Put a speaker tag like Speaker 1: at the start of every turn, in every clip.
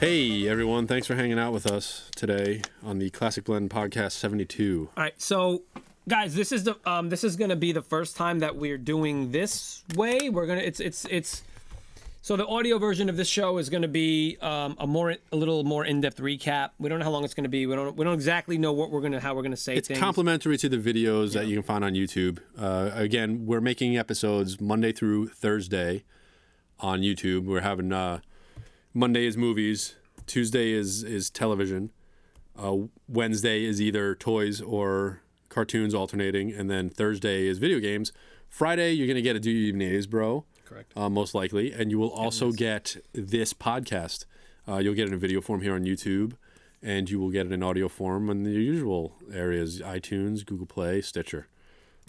Speaker 1: Hey everyone, thanks for hanging out with us today on the Classic Blend Podcast 72.
Speaker 2: All right, so guys, this is the um, this is gonna be the first time that we're doing this way. We're gonna it's it's it's so the audio version of this show is gonna be um, a more a little more in depth recap. We don't know how long it's gonna be. We don't we don't exactly know what we're gonna how we're gonna say
Speaker 1: It's
Speaker 2: things.
Speaker 1: complimentary to the videos that you can find on YouTube. Uh, again, we're making episodes Monday through Thursday on YouTube. We're having uh, Monday is movies, Tuesday is is television, uh, Wednesday is either toys or cartoons alternating, and then Thursday is video games. Friday, you're gonna get a Do You Even Is, bro? Correct. Uh, most likely, and you will also get this podcast. Uh, you'll get it in video form here on YouTube, and you will get it in audio form in the usual areas: iTunes, Google Play, Stitcher.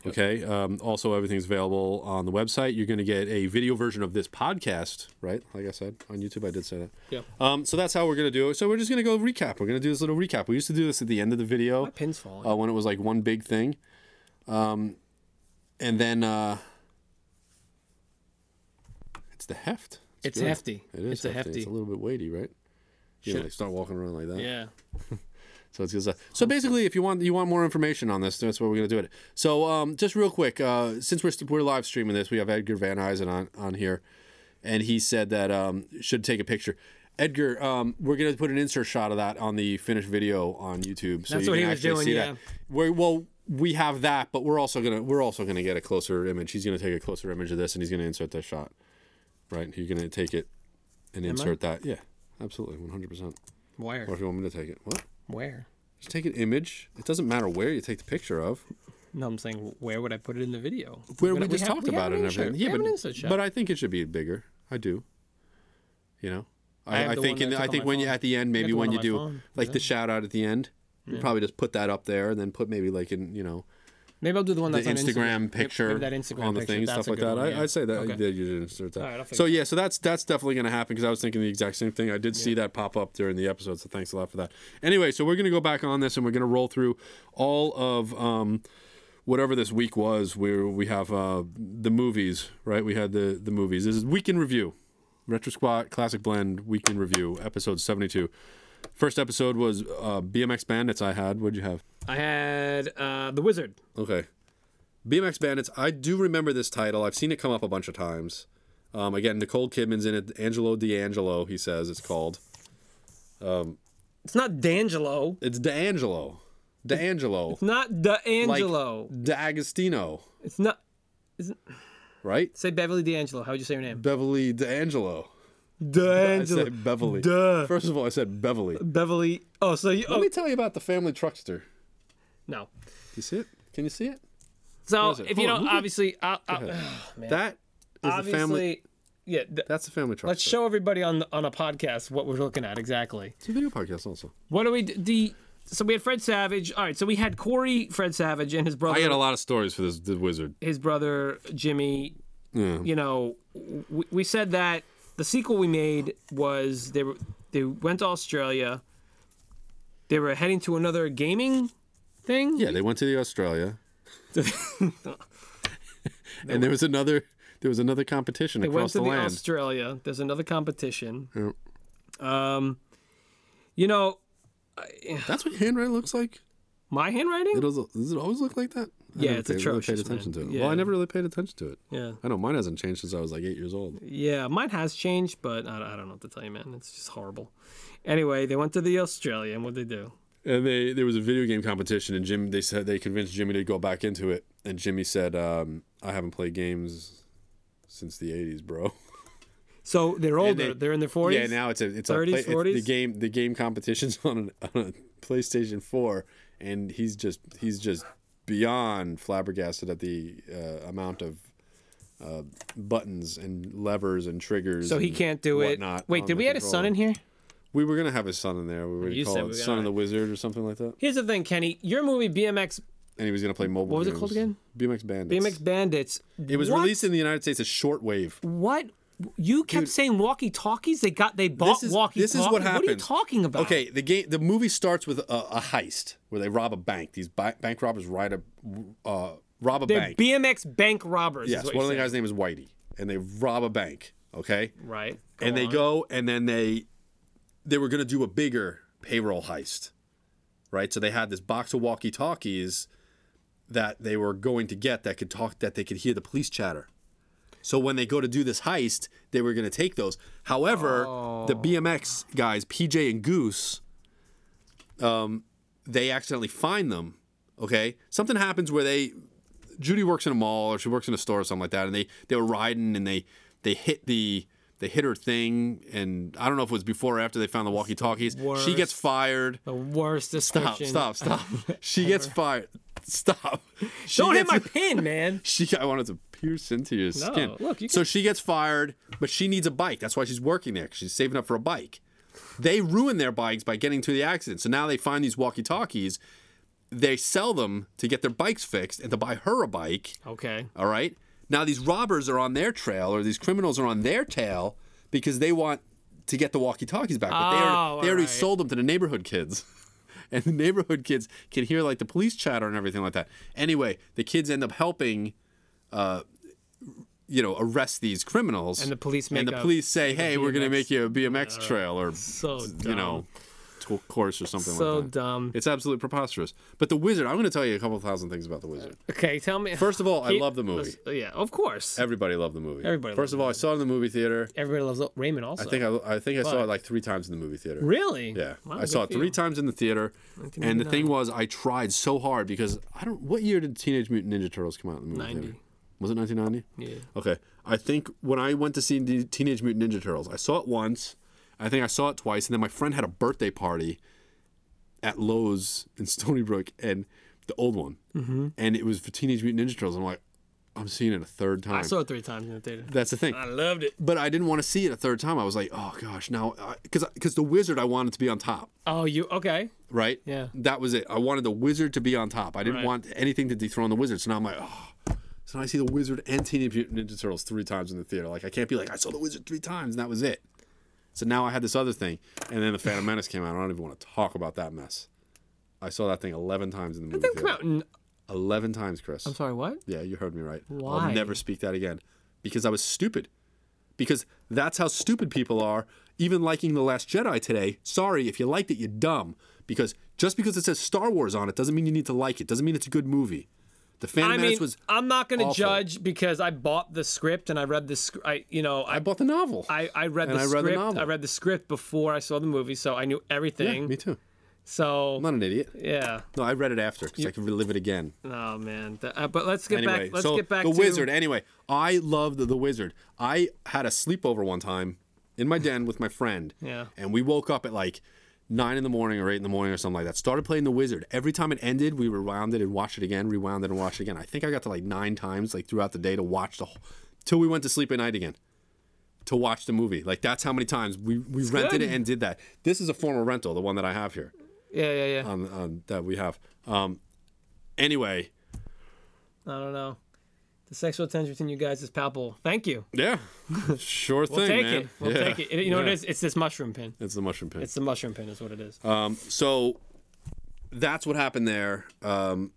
Speaker 1: Okay. Um, also, everything's available on the website. You're going to get a video version of this podcast, right? Like I said on YouTube, I did say that.
Speaker 2: Yeah.
Speaker 1: Um, so that's how we're going to do it. So we're just going to go recap. We're going to do this little recap. We used to do this at the end of the video
Speaker 2: pin's falling.
Speaker 1: uh, when it was like one big thing. Um, and then uh, it's the heft.
Speaker 2: It's
Speaker 1: good.
Speaker 2: hefty.
Speaker 1: It is
Speaker 2: It's a hefty.
Speaker 1: It's a little bit weighty, right? You know,
Speaker 2: Should-
Speaker 1: they start walking around like that.
Speaker 2: yeah.
Speaker 1: So it's just a, so basically, if you want you want more information on this, that's where we're gonna do it. So um, just real quick, uh, since we're we're live streaming this, we have Edgar Van Eisen on on here, and he said that um, should take a picture. Edgar, um, we're gonna put an insert shot of that on the finished video on YouTube, so
Speaker 2: That's
Speaker 1: you
Speaker 2: what
Speaker 1: can
Speaker 2: he was
Speaker 1: actually
Speaker 2: doing,
Speaker 1: see
Speaker 2: yeah.
Speaker 1: that. We're, well, we have that, but we're also gonna we're also gonna get a closer image. He's gonna take a closer image of this, and he's gonna insert that shot. Right, you're gonna take it and insert that. Yeah, absolutely, one hundred percent.
Speaker 2: Where?
Speaker 1: Or if you want me to take it, what?
Speaker 2: Where?
Speaker 1: Just take an image. It doesn't matter where you take the picture of.
Speaker 2: No, I'm saying where would I put it in the video?
Speaker 1: Where we,
Speaker 2: But
Speaker 1: just
Speaker 2: have-
Speaker 1: talked
Speaker 2: we have
Speaker 1: about it
Speaker 2: an
Speaker 1: and
Speaker 2: insert.
Speaker 1: everything.
Speaker 2: We have an
Speaker 1: but,
Speaker 2: insert shot.
Speaker 1: but I think it should be bigger. I do. You know, I,
Speaker 2: have
Speaker 1: I,
Speaker 2: the
Speaker 1: think
Speaker 2: one
Speaker 1: in
Speaker 2: that I
Speaker 1: the, I
Speaker 2: took on
Speaker 1: think
Speaker 2: my
Speaker 1: when you
Speaker 2: phone.
Speaker 1: at the end, maybe
Speaker 2: the
Speaker 1: when
Speaker 2: one
Speaker 1: you
Speaker 2: on
Speaker 1: do
Speaker 2: my phone.
Speaker 1: like the shout out at the end, you probably just put that up there and then put maybe like in you know
Speaker 2: Maybe I'll do the one
Speaker 1: the
Speaker 2: that's on
Speaker 1: Instagram,
Speaker 2: Instagram
Speaker 1: picture
Speaker 2: Maybe that Instagram
Speaker 1: on the
Speaker 2: picture.
Speaker 1: thing,
Speaker 2: That's
Speaker 1: stuff
Speaker 2: a
Speaker 1: like
Speaker 2: good
Speaker 1: that.
Speaker 2: one,
Speaker 1: I,
Speaker 2: yeah.
Speaker 1: I'd say that
Speaker 2: Okay.
Speaker 1: that you should insert that.
Speaker 2: All right, I'll
Speaker 1: so
Speaker 2: figure
Speaker 1: yeah, so that's that's definitely going to happen because I was thinking the exact same thing. I did see that pop up during the episode, so thanks a lot for that. Anyway, so we're going to go back on this and we're going to roll through all of um, whatever this week was. Where we have uh, the movies, right? We had the the movies. This is week in review, retro squat, classic blend, week in review, episode seventy two. First episode was uh, BMX Bandits. I had. What'd you have?
Speaker 2: I had uh, the wizard.
Speaker 1: Okay. BMX Bandits. I do remember this title. I've seen it come up a bunch of times. Um, again, Nicole Kidman's in it. Angelo D'Angelo, he says it's called.
Speaker 2: It's not D'Angelo.
Speaker 1: It's D'Angelo. D'Angelo.
Speaker 2: Not
Speaker 1: Like
Speaker 2: D'Angelo.
Speaker 1: D'Agostino,
Speaker 2: it's not.
Speaker 1: right?
Speaker 2: Say Beverly D'Angelo. How would you say your name?
Speaker 1: Beverly D'Angelo. I
Speaker 2: D'Angelo.
Speaker 1: said Beverly.
Speaker 2: Duh.
Speaker 1: First of all, I said Beverly.
Speaker 2: Beverly. Oh, so you.
Speaker 1: Let
Speaker 2: Oh,
Speaker 1: me tell you about the family truckster. Do
Speaker 2: no.
Speaker 1: you see it? Can you see it?
Speaker 2: So
Speaker 1: is it?
Speaker 2: if you
Speaker 1: Hold on,
Speaker 2: don't,
Speaker 1: who did-
Speaker 2: obviously, uh, I'll, I'll,
Speaker 1: That is the family.
Speaker 2: obviously, yeah. th-
Speaker 1: That's the family truckster.
Speaker 2: let's show everybody on the, on a podcast what we're looking at exactly.
Speaker 1: It's a video podcast also.
Speaker 2: What do we d- the? So we had Fred Savage. All right. So we had Corey, Fred Savage, and his brother.
Speaker 1: I had a lot of stories for this, wizard.
Speaker 2: his brother Jimmy.
Speaker 1: Yeah.
Speaker 2: You know, we, we said that the sequel we made was they were they went to Australia. They were heading to another gaming thing.
Speaker 1: Yeah, they went to the Australia. and there was another there was another competition
Speaker 2: they went
Speaker 1: across
Speaker 2: to
Speaker 1: the,
Speaker 2: the,
Speaker 1: land.
Speaker 2: Australia. There's another competition.
Speaker 1: Yep.
Speaker 2: Um, you know,
Speaker 1: That's what handwriting looks like.
Speaker 2: my handwriting.
Speaker 1: It does, does it always look like that? I
Speaker 2: Yeah,
Speaker 1: never
Speaker 2: it's
Speaker 1: paid, really paid
Speaker 2: atrocious,
Speaker 1: attention
Speaker 2: man.
Speaker 1: to it. Well, I
Speaker 2: Yeah.
Speaker 1: never really paid attention to it.
Speaker 2: Yeah,
Speaker 1: I know mine hasn't changed since I was like eight years old.
Speaker 2: yeah. Mine has changed, but I, I don't know what to tell you, man. It's just horrible. Anyway, they went to the Australia, and what they do?
Speaker 1: And they there was a video game competition, and Jim they said they convinced Jimmy to go back into it, and Jimmy said, um, "I haven't played games since the '80s, bro."
Speaker 2: So they're older.
Speaker 1: they-
Speaker 2: They, are in their forties.
Speaker 1: Yeah, now it's a it's
Speaker 2: 30s,
Speaker 1: a play, it's the
Speaker 2: 40s?
Speaker 1: game the game competition's on a, on a PlayStation Four, and he's just he's just beyond flabbergasted at the uh, amount of uh, buttons and levers and triggers.
Speaker 2: so he
Speaker 1: and
Speaker 2: can't do it.
Speaker 1: whatnot
Speaker 2: Wait,
Speaker 1: on
Speaker 2: did
Speaker 1: the
Speaker 2: we add a son
Speaker 1: controller.
Speaker 2: in here?
Speaker 1: We were gonna have his son in there. We were gonna
Speaker 2: You
Speaker 1: call
Speaker 2: said
Speaker 1: it
Speaker 2: we were
Speaker 1: Son
Speaker 2: gonna-
Speaker 1: of the Wizard or something like that.
Speaker 2: Here's the thing, Kenny. Your movie BMX
Speaker 1: And he was gonna play mobile.
Speaker 2: What was it called again?
Speaker 1: BMX Bandits.
Speaker 2: BMX Bandits.
Speaker 1: It was
Speaker 2: what?
Speaker 1: released in the United States as shortwave.
Speaker 2: What You kept saying walkie talkies. They got they bought
Speaker 1: This is-
Speaker 2: walkie.
Speaker 1: this is what
Speaker 2: What are you
Speaker 1: happened.
Speaker 2: talking about?
Speaker 1: Okay, the game, the movie starts with a, a heist where they rob a bank. These ba- bank robbers ride a uh, rob a
Speaker 2: they're
Speaker 1: bank.
Speaker 2: BMX bank robbers.
Speaker 1: yes,
Speaker 2: is what
Speaker 1: one
Speaker 2: you
Speaker 1: of the
Speaker 2: said.
Speaker 1: guys' name is Whitey, and they rob a bank. Okay,
Speaker 2: Right.
Speaker 1: and they go and then they they were going to do a bigger payroll heist right so they had this box of walkie talkies that they were going to get that could talk that they could hear the police chatter so when they go to do this heist they were going to take those however the bmx guys pj and goose um, they accidentally find them okay something happens where they Judy works in a mall or she works in a store or something like that, and they they were riding and they they hit the they hit her thing, and I don't know if it was before or after they found the walkie talkies. She gets
Speaker 2: worst.
Speaker 1: fired.
Speaker 2: The worst
Speaker 1: Stop!
Speaker 2: description.
Speaker 1: Stop! Stop! She gets fired. Stop! She
Speaker 2: Don't hit
Speaker 1: gets-
Speaker 2: my pin, man.
Speaker 1: She I wanted to pierce into your skin.
Speaker 2: look, you
Speaker 1: so she gets fired, but she needs a bike. That's why she's working there. 'cause She's saving up for a bike. They ruin their bikes by getting to the accident. So now they find these walkie-talkies. They sell them to get their bikes fixed and to buy her a bike.
Speaker 2: Okay.
Speaker 1: All right. Now these robbers are on their trail, or these criminals are on their tail because they want to get the walkie-talkies back. But they, are,
Speaker 2: Oh,
Speaker 1: they already
Speaker 2: alright.
Speaker 1: sold them to the neighborhood kids, and the neighborhood kids can hear like the police chatter and everything like that. Anyway, the kids end up helping, uh, you know, arrest these criminals.
Speaker 2: And the police
Speaker 1: and
Speaker 2: make
Speaker 1: the
Speaker 2: a-
Speaker 1: police say, "Hey, we're gonna
Speaker 2: BMX
Speaker 1: make you a BMX
Speaker 2: Uh,
Speaker 1: trail or
Speaker 2: So
Speaker 1: you know, to- course or something
Speaker 2: So
Speaker 1: like that."
Speaker 2: dumb.
Speaker 1: It's absolutely preposterous. But the wizard, I'm gonna tell you a couple thousand things about the wizard.
Speaker 2: Okay, tell me.
Speaker 1: First of all, I
Speaker 2: Keep-
Speaker 1: love the movie.
Speaker 2: Yeah, of course.
Speaker 1: Everybody loved the movie.
Speaker 2: Everybody
Speaker 1: First of all, I saw it in the movie theater.
Speaker 2: Everybody loves Raymond also.
Speaker 1: I think I, I think I saw it like three times in the movie theater.
Speaker 2: Really?
Speaker 1: Yeah,
Speaker 2: Wow,
Speaker 1: I
Speaker 2: good
Speaker 1: saw it
Speaker 2: for
Speaker 1: three
Speaker 2: you.
Speaker 1: times in the theater. And the thing was, I tried so hard because I don't. What year did Teenage Mutant Ninja Turtles come out in the movie
Speaker 2: 90.
Speaker 1: theater? Was it 1990?
Speaker 2: Yeah.
Speaker 1: Okay. I think when I went to see the Teenage Mutant Ninja Turtles, I saw it once. I think I saw it twice, and then my friend had a birthday party at Lowe's in Stony Brook, and the old one, mm-hmm. and it was for Teenage Mutant Ninja Turtles. I'm like, I'm seeing it a third time.
Speaker 2: I saw it three times in the theater.
Speaker 1: That's the thing
Speaker 2: I loved it.
Speaker 1: but I didn't want to see it a third time. I was like, oh gosh, now because because the wizard I wanted to be on top,
Speaker 2: Oh, you okay?
Speaker 1: right?
Speaker 2: Yeah.
Speaker 1: That was it. I wanted the wizard to be on top. I didn't
Speaker 2: Right.
Speaker 1: want anything to dethrone the wizard. So now I'm like, oh. So now I see the wizard and Teenage Mutant Ninja Turtles three times in the theater. Like I can't be like I saw the wizard three times and that was it. So now I had this other thing, and then the Phantom Menace came out. I don't even want to talk about that mess. I saw that thing eleven times in the movie.
Speaker 2: Didn't come
Speaker 1: theater.
Speaker 2: out in-
Speaker 1: Eleven times, Chris.
Speaker 2: I'm sorry, what?
Speaker 1: Yeah, you heard me right.
Speaker 2: Why?
Speaker 1: I'll never speak that again because I was stupid. Because that's how stupid people are. Even liking The Last Jedi today, sorry, if you liked it, you're dumb. Because just because it says Star Wars on it doesn't mean you need to like it, doesn't mean it's a good movie. The Phantom
Speaker 2: I mean,
Speaker 1: Menace was.
Speaker 2: I'm not going to
Speaker 1: awful.
Speaker 2: judge because I bought the script and I read the script. I, you know,
Speaker 1: I
Speaker 2: I,
Speaker 1: bought the novel.
Speaker 2: I, I read the
Speaker 1: and I read the
Speaker 2: script.
Speaker 1: novel.
Speaker 2: I read the script before I saw the movie, so I knew
Speaker 1: yeah,
Speaker 2: everything.
Speaker 1: me too.
Speaker 2: so
Speaker 1: I'm not an idiot.
Speaker 2: yeah,
Speaker 1: No, I read it after because I could relive it again.
Speaker 2: oh man. Th- uh, but let's get
Speaker 1: Anyway,
Speaker 2: back. Let's
Speaker 1: so
Speaker 2: get back
Speaker 1: the
Speaker 2: to
Speaker 1: wizard. Anyway, I loved the wizard. I had a sleepover one time in my den with my friend.
Speaker 2: Yeah.
Speaker 1: And we woke up at like nine in the morning or eight in the morning or something like that. Started playing the wizard. Every time it ended, we rewound it and watched it again. Rewound it and watched it again. I think I got to like nine times like throughout the day to watch the whole, till we went to sleep at night again. To watch the movie, like that's how many times we, we rented
Speaker 2: good.
Speaker 1: it and did that. This is a formal rental, the one that I have here
Speaker 2: Yeah, yeah, yeah.
Speaker 1: on, on that we have. Um, anyway,
Speaker 2: I don't know. The sexual tension between you guys is palpable. Thank you.
Speaker 1: Yeah, sure thing,
Speaker 2: We'll take
Speaker 1: man.
Speaker 2: it. We'll
Speaker 1: Yeah.
Speaker 2: take it. You know what
Speaker 1: Yeah.
Speaker 2: it is? It's this mushroom pin.
Speaker 1: It's the mushroom pin.
Speaker 2: It's the mushroom pin is what it is.
Speaker 1: Um, so that's what happened there. Um,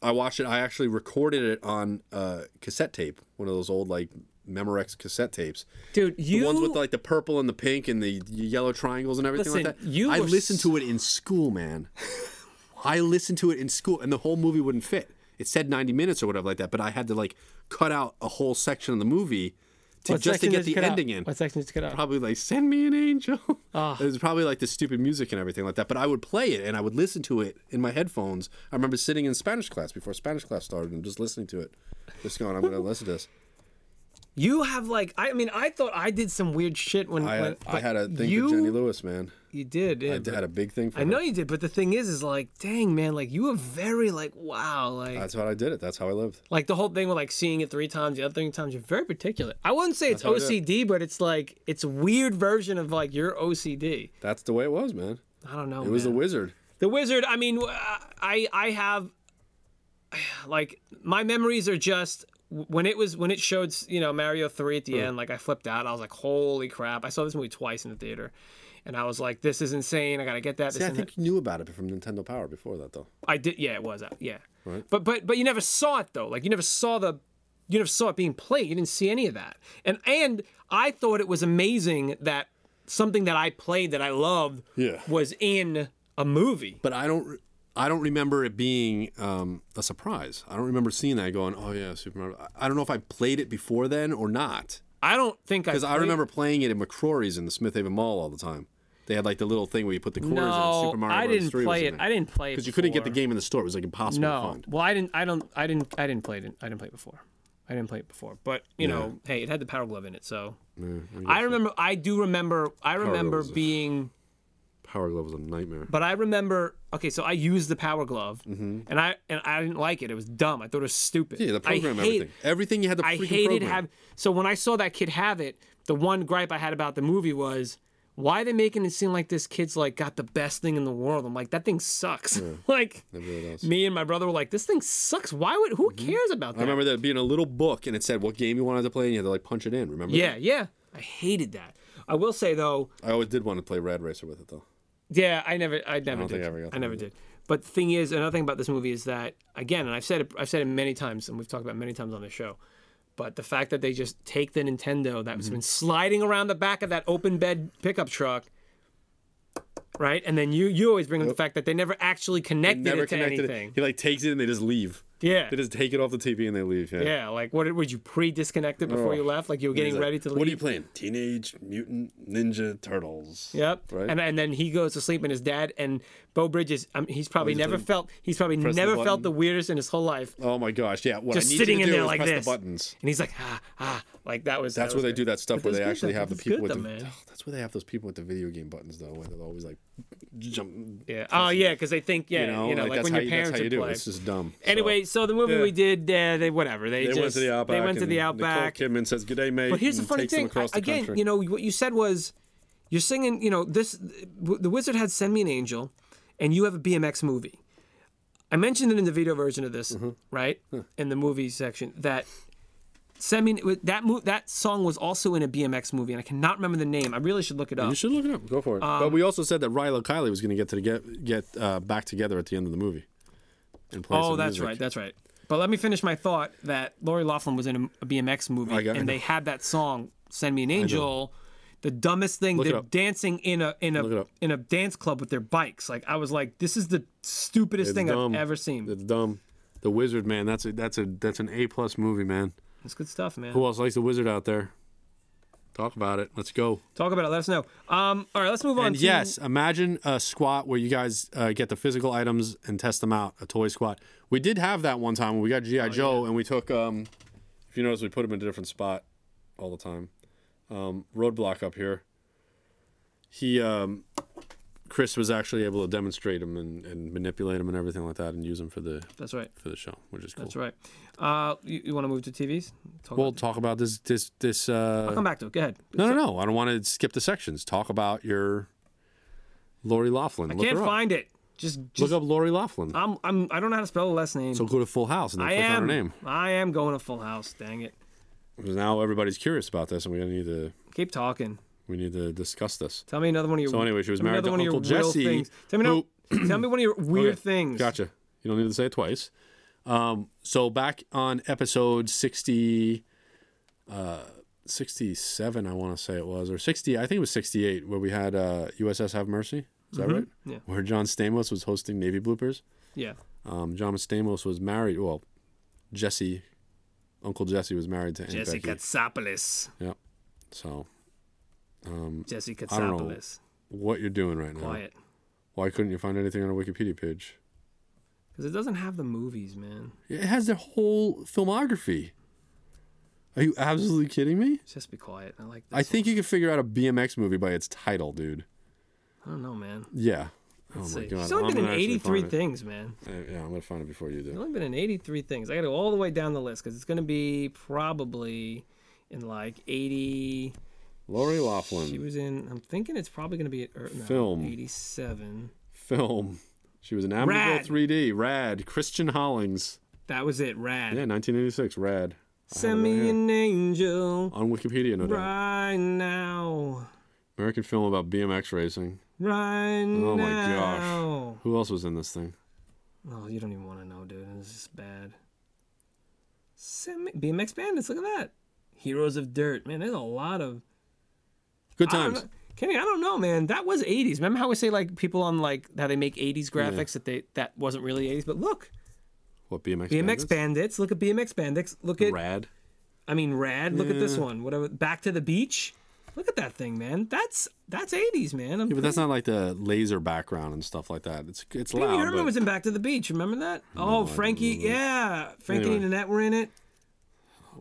Speaker 1: I watched it. I actually recorded it on uh, cassette tape, one of those old like Memorex cassette tapes,
Speaker 2: Dude, you
Speaker 1: the ones with like the purple and the pink and the yellow triangles and everything like
Speaker 2: Listen,
Speaker 1: that.
Speaker 2: you
Speaker 1: I
Speaker 2: were
Speaker 1: listened to it in school, man. I listened to it in school, and the whole movie wouldn't fit. It said 90 minutes or whatever like that, but I had to like cut out a whole section of the movie to
Speaker 2: What
Speaker 1: just to
Speaker 2: section
Speaker 1: get
Speaker 2: did you
Speaker 1: the
Speaker 2: cut out?
Speaker 1: ending in.
Speaker 2: What section did you cut out?
Speaker 1: probably like send me an angel
Speaker 2: Ah.
Speaker 1: it was probably like the stupid music and everything like that but i would play it and i would listen to it in my headphones i remember sitting in spanish class before spanish class started and just listening to it just going i'm going to listen to this
Speaker 2: You have like I mean I thought I did some weird shit when
Speaker 1: i
Speaker 2: when,
Speaker 1: had, I
Speaker 2: but
Speaker 1: had a thing
Speaker 2: you,
Speaker 1: for jenny lewis man
Speaker 2: You did. Yeah,
Speaker 1: i d-
Speaker 2: but-
Speaker 1: had a big thing for
Speaker 2: I
Speaker 1: her.
Speaker 2: know you did, but the thing is, is like, dang man, like you were very like wow, like
Speaker 1: that's how i did it that's how i lived
Speaker 2: like the whole thing with like seeing it three times, the other three times. You're very particular. I wouldn't say it's
Speaker 1: how I do it.
Speaker 2: OCD, but it's like it's a weird version of like your OCD.
Speaker 1: that's the way it was man
Speaker 2: I don't know.
Speaker 1: it was the wizard
Speaker 2: The Wizard. I mean, I I have like my memories are just when it was when it showed you know Mario three at the
Speaker 1: Hmm.
Speaker 2: end, like I flipped out. I was like, holy crap! I saw this movie twice in the theater, and I was like, this is insane. I gotta get that. This
Speaker 1: Yeah, I
Speaker 2: and that.
Speaker 1: think you knew about it from Nintendo Power before that, though.
Speaker 2: I did. Yeah, it was. uh, Yeah. But but but you never saw it though. Like you never saw the, you never saw it being played. You didn't see any of that. And and I thought it was amazing that something that I played that I loved
Speaker 1: Yeah.
Speaker 2: was in a movie.
Speaker 1: But I don't. I don't remember it being um, a surprise. I don't remember seeing that going, oh yeah, Super Mario. I- I don't know if I played it before then or not.
Speaker 2: I don't think I.
Speaker 1: Because I
Speaker 2: played-
Speaker 1: remember playing it at McCrory's in the Smith Haven Mall all the time. They had like the little thing where you put the quarters in.
Speaker 2: No,
Speaker 1: Super Mario
Speaker 2: I
Speaker 1: Brothers
Speaker 2: didn't
Speaker 1: 3 was
Speaker 2: play
Speaker 1: in
Speaker 2: it. I didn't play it
Speaker 1: because you couldn't get the
Speaker 2: before.
Speaker 1: game in the store. It was like impossible to
Speaker 2: No.
Speaker 1: find.
Speaker 2: Well, I didn't. I don't. I didn't. I didn't play it. I didn't play it before. I didn't play it before. But you know, hey, it had the Power Glove in it, so. I remember. I do remember. I remember
Speaker 1: was a-
Speaker 2: being.
Speaker 1: Power Glove was a nightmare.
Speaker 2: But I remember, okay, so I used the power glove, and I and I didn't like it. It was dumb. I thought it was stupid.
Speaker 1: Mm-hmm. Yeah, the
Speaker 2: I
Speaker 1: program,
Speaker 2: hate-
Speaker 1: everything, everything you had to
Speaker 2: I
Speaker 1: freaking
Speaker 2: hated
Speaker 1: program.
Speaker 2: have. So when I saw that kid have it, the one gripe I had about the movie was, why are they making it seem like this kid's like got the best thing in the world? I'm like, that thing sucks. like
Speaker 1: really does.
Speaker 2: me and my brother were like, this thing sucks. Why would who cares about
Speaker 1: Mm-hmm. I
Speaker 2: that?
Speaker 1: remember there being a little book and it said what game you wanted to play and you had to like punch it in. Remember?
Speaker 2: yeah, yeah. I hated that. I will say though,
Speaker 1: I always did want to play Rad Racer with it though.
Speaker 2: Yeah, I never, I never
Speaker 1: think
Speaker 2: did.
Speaker 1: I
Speaker 2: I,
Speaker 1: ever got that
Speaker 2: never did. But the thing is, another thing about this movie is that again, and I've said it, I've said it many times, and we've talked about it many times on the show. But the fact that they just take the Nintendo that's
Speaker 1: Mm-hmm.
Speaker 2: been sliding around the back of that open bed pickup truck, right? And then you you always bring up the fact that they never actually connected
Speaker 1: Never
Speaker 2: it to
Speaker 1: connected
Speaker 2: anything.
Speaker 1: it. He like takes it and they just leave.
Speaker 2: Yeah.
Speaker 1: They just take it off the TV and they leave. Yeah.
Speaker 2: Yeah, like what would you pre-disconnect it
Speaker 1: Oh,
Speaker 2: before you left? Like you were
Speaker 1: He's
Speaker 2: getting
Speaker 1: like,
Speaker 2: ready to leave.
Speaker 1: What are you playing? Teenage Mutant Ninja Turtles.
Speaker 2: Yep.
Speaker 1: Right?
Speaker 2: And and then he goes to sleep, and his dad and Bo Bridges. Um, he's probably never felt. He's probably
Speaker 1: the
Speaker 2: never felt
Speaker 1: button.
Speaker 2: the weirdest in his whole life.
Speaker 1: Oh my gosh! Yeah. What
Speaker 2: Just
Speaker 1: I need
Speaker 2: sitting
Speaker 1: you
Speaker 2: in
Speaker 1: to do
Speaker 2: there
Speaker 1: is
Speaker 2: like
Speaker 1: press
Speaker 2: this.
Speaker 1: the buttons.
Speaker 2: And he's like, ah, ah, like that was.
Speaker 1: That's
Speaker 2: that was
Speaker 1: where they do
Speaker 2: good.
Speaker 1: that stuff where
Speaker 2: that's
Speaker 1: they
Speaker 2: good,
Speaker 1: actually
Speaker 2: though.
Speaker 1: have the
Speaker 2: That's
Speaker 1: people
Speaker 2: good,
Speaker 1: with
Speaker 2: though,
Speaker 1: the.
Speaker 2: man.
Speaker 1: Oh, that's where they have those people with the video game buttons though, where they're always like jump.
Speaker 2: Yeah. Oh yeah, because they think yeah,
Speaker 1: You know, like,
Speaker 2: like,
Speaker 1: that's
Speaker 2: when
Speaker 1: how
Speaker 2: your
Speaker 1: you,
Speaker 2: parents
Speaker 1: that's how you
Speaker 2: would
Speaker 1: do.
Speaker 2: play.
Speaker 1: it. It's just dumb. So,
Speaker 2: Anyway, so the movie
Speaker 1: Yeah.
Speaker 2: we did, uh, they whatever they,
Speaker 1: they
Speaker 2: just
Speaker 1: went to the outback.
Speaker 2: they went to
Speaker 1: and
Speaker 2: the outback.
Speaker 1: Nicole Kidman says, "G'day, mate."
Speaker 2: But here's the
Speaker 1: and
Speaker 2: funny
Speaker 1: takes them
Speaker 2: thing.
Speaker 1: across
Speaker 2: I-
Speaker 1: the
Speaker 2: again,
Speaker 1: country.
Speaker 2: you know what you said was, you're singing. You know this. w- The wizard had send me an angel, and you have a BMX movie. I mentioned it in the video version of this,
Speaker 1: Mm-hmm.
Speaker 2: right? In the movie section, that send me an- that mo- that song was also in a BMX movie, and I cannot remember the name. I really should look it up.
Speaker 1: You should look it up. Go for it.
Speaker 2: um,
Speaker 1: but we also said that Rilo Kiley was going to get to the get get uh, back together at the end of the movie. And play
Speaker 2: Oh,
Speaker 1: some
Speaker 2: that's
Speaker 1: music.
Speaker 2: right. That's right. But let me finish my thought that Lori Laughlin was in a, a BMX movie
Speaker 1: I got- I
Speaker 2: and they
Speaker 1: know.
Speaker 2: had that song "Send Me an Angel." The dumbest thing
Speaker 1: it
Speaker 2: they're
Speaker 1: up.
Speaker 2: dancing in a in
Speaker 1: Look it
Speaker 2: a
Speaker 1: up.
Speaker 2: in a dance club with their bikes. Like I was like, this is the stupidest thing
Speaker 1: dumb.
Speaker 2: I've ever seen.
Speaker 1: It's dumb. The Wizard, man. That's a that's a that's an A plus movie, man.
Speaker 2: It's good stuff, man.
Speaker 1: Who else likes the Wizard out there? Talk about it. Let's go.
Speaker 2: Talk about it. Let us know. Um, all right, let's move on.
Speaker 1: And
Speaker 2: to,
Speaker 1: yes, imagine a squat where you guys uh, get the physical items and test them out. A toy squat. We did have that one time when we got GI Joe and we took. Um, if you notice, we put him in a different spot all the time. Um, roadblock up here. He, um, Chris, was actually able to demonstrate him and, and manipulate him and everything like that, and use him for the
Speaker 2: that's right.
Speaker 1: for the show, which is cool.
Speaker 2: That's right. Uh, you, want to move to TVs? Talk
Speaker 1: We'll
Speaker 2: about
Speaker 1: talk about this this this. Uh,
Speaker 2: it. come back to it. Go ahead.
Speaker 1: no, no, no. I don't want to skip the sections. Talk about your Lori Laughlin. Look
Speaker 2: Can't
Speaker 1: her up.
Speaker 2: find it. Just,
Speaker 1: Look
Speaker 2: just
Speaker 1: up Lori Laughlin.
Speaker 2: I'm, I'm I don't know how to spell the last name.
Speaker 1: So go to Full House and then
Speaker 2: I
Speaker 1: click on
Speaker 2: am.
Speaker 1: her name.
Speaker 2: I am going to Full House. Dang it.
Speaker 1: Because now everybody's curious about this, and we need to
Speaker 2: Keep talking.
Speaker 1: we need to discuss this.
Speaker 2: Tell me another one of your.
Speaker 1: So anyway, she was
Speaker 2: tell me
Speaker 1: married
Speaker 2: another
Speaker 1: to
Speaker 2: one of your
Speaker 1: Uncle
Speaker 2: real
Speaker 1: Jesse,
Speaker 2: things. Tell me, no, tell me one of your weird
Speaker 1: Okay,
Speaker 2: things.
Speaker 1: Gotcha. You don't need to say it twice. Um, so back on episode 60, uh, 67, I want to say it was, or 60, I think it was 68, where we had uh, USS Have Mercy. Is that right?
Speaker 2: Mm-hmm. Yeah.
Speaker 1: Where John Stamos was hosting Navy bloopers.
Speaker 2: Yeah.
Speaker 1: Um, John Stamos was married. Well, Jesse, Uncle Jesse was married to Aunt
Speaker 2: Jesse
Speaker 1: Becky.
Speaker 2: Katsopoulos.
Speaker 1: Yep. So
Speaker 2: Jesse
Speaker 1: don't know.
Speaker 2: Katsopoulos.
Speaker 1: what you're doing right now?
Speaker 2: Quiet.
Speaker 1: Why couldn't you find anything on a Wikipedia page?
Speaker 2: Because it doesn't have the movies, man.
Speaker 1: It has their whole filmography. Are you absolutely kidding me?
Speaker 2: Just be quiet. I like
Speaker 1: I
Speaker 2: this.
Speaker 1: think you can figure out a BMX movie by its title, dude.
Speaker 2: I don't know, man.
Speaker 1: Yeah.
Speaker 2: Let's
Speaker 1: oh my
Speaker 2: see.
Speaker 1: god.
Speaker 2: She's only
Speaker 1: I'm
Speaker 2: been in
Speaker 1: gonna actually
Speaker 2: 83
Speaker 1: find it.
Speaker 2: things, man.
Speaker 1: Uh, Yeah, I'm gonna find it before you
Speaker 2: She's
Speaker 1: do.
Speaker 2: only been in 83 things. I got to go all the way down the list because it's going to be probably in like 80.
Speaker 1: Lori
Speaker 2: She
Speaker 1: Laughlin,
Speaker 2: was in. I'm thinking it's probably going to be at er, no,
Speaker 1: Film.
Speaker 2: 87.
Speaker 1: film. She was in Amityville
Speaker 2: Rad.
Speaker 1: 3D. Rad. Christian Hollings.
Speaker 2: That was it. Rad.
Speaker 1: Yeah, 1986. Rad.
Speaker 2: Send me an angel
Speaker 1: on Wikipedia, no doubt.
Speaker 2: right now.
Speaker 1: American film about BMX racing.
Speaker 2: Right now.
Speaker 1: Oh my gosh. Who else was in this thing?
Speaker 2: Oh, you don't even want to know, dude. It's just bad. Send me BMX Bandits. Look at that. Heroes of Dirt. Man, there's a lot of.
Speaker 1: Good
Speaker 2: I don't
Speaker 1: times.
Speaker 2: know- Kenny, I don't know, man. That was 80s. Remember how we say, like, people on, like, how they make 80s graphics that they that wasn't really 80s? But look,
Speaker 1: What BMX?
Speaker 2: BMX
Speaker 1: Bandits?
Speaker 2: Bandits. Look at BMX Bandits. Look at,
Speaker 1: Rad.
Speaker 2: I mean, Rad. Look at this one. Whatever. Back to the Beach. Look at that thing, man. That's that's 80s, man. I'm
Speaker 1: Yeah, but that's not like the laser background and stuff like that. It's it's
Speaker 2: Pee Wee
Speaker 1: loud.
Speaker 2: Herman
Speaker 1: but-
Speaker 2: was in Back to the Beach. Remember that? oh, Frankie. Yeah, Frankie
Speaker 1: Anyway.
Speaker 2: and Annette were in it.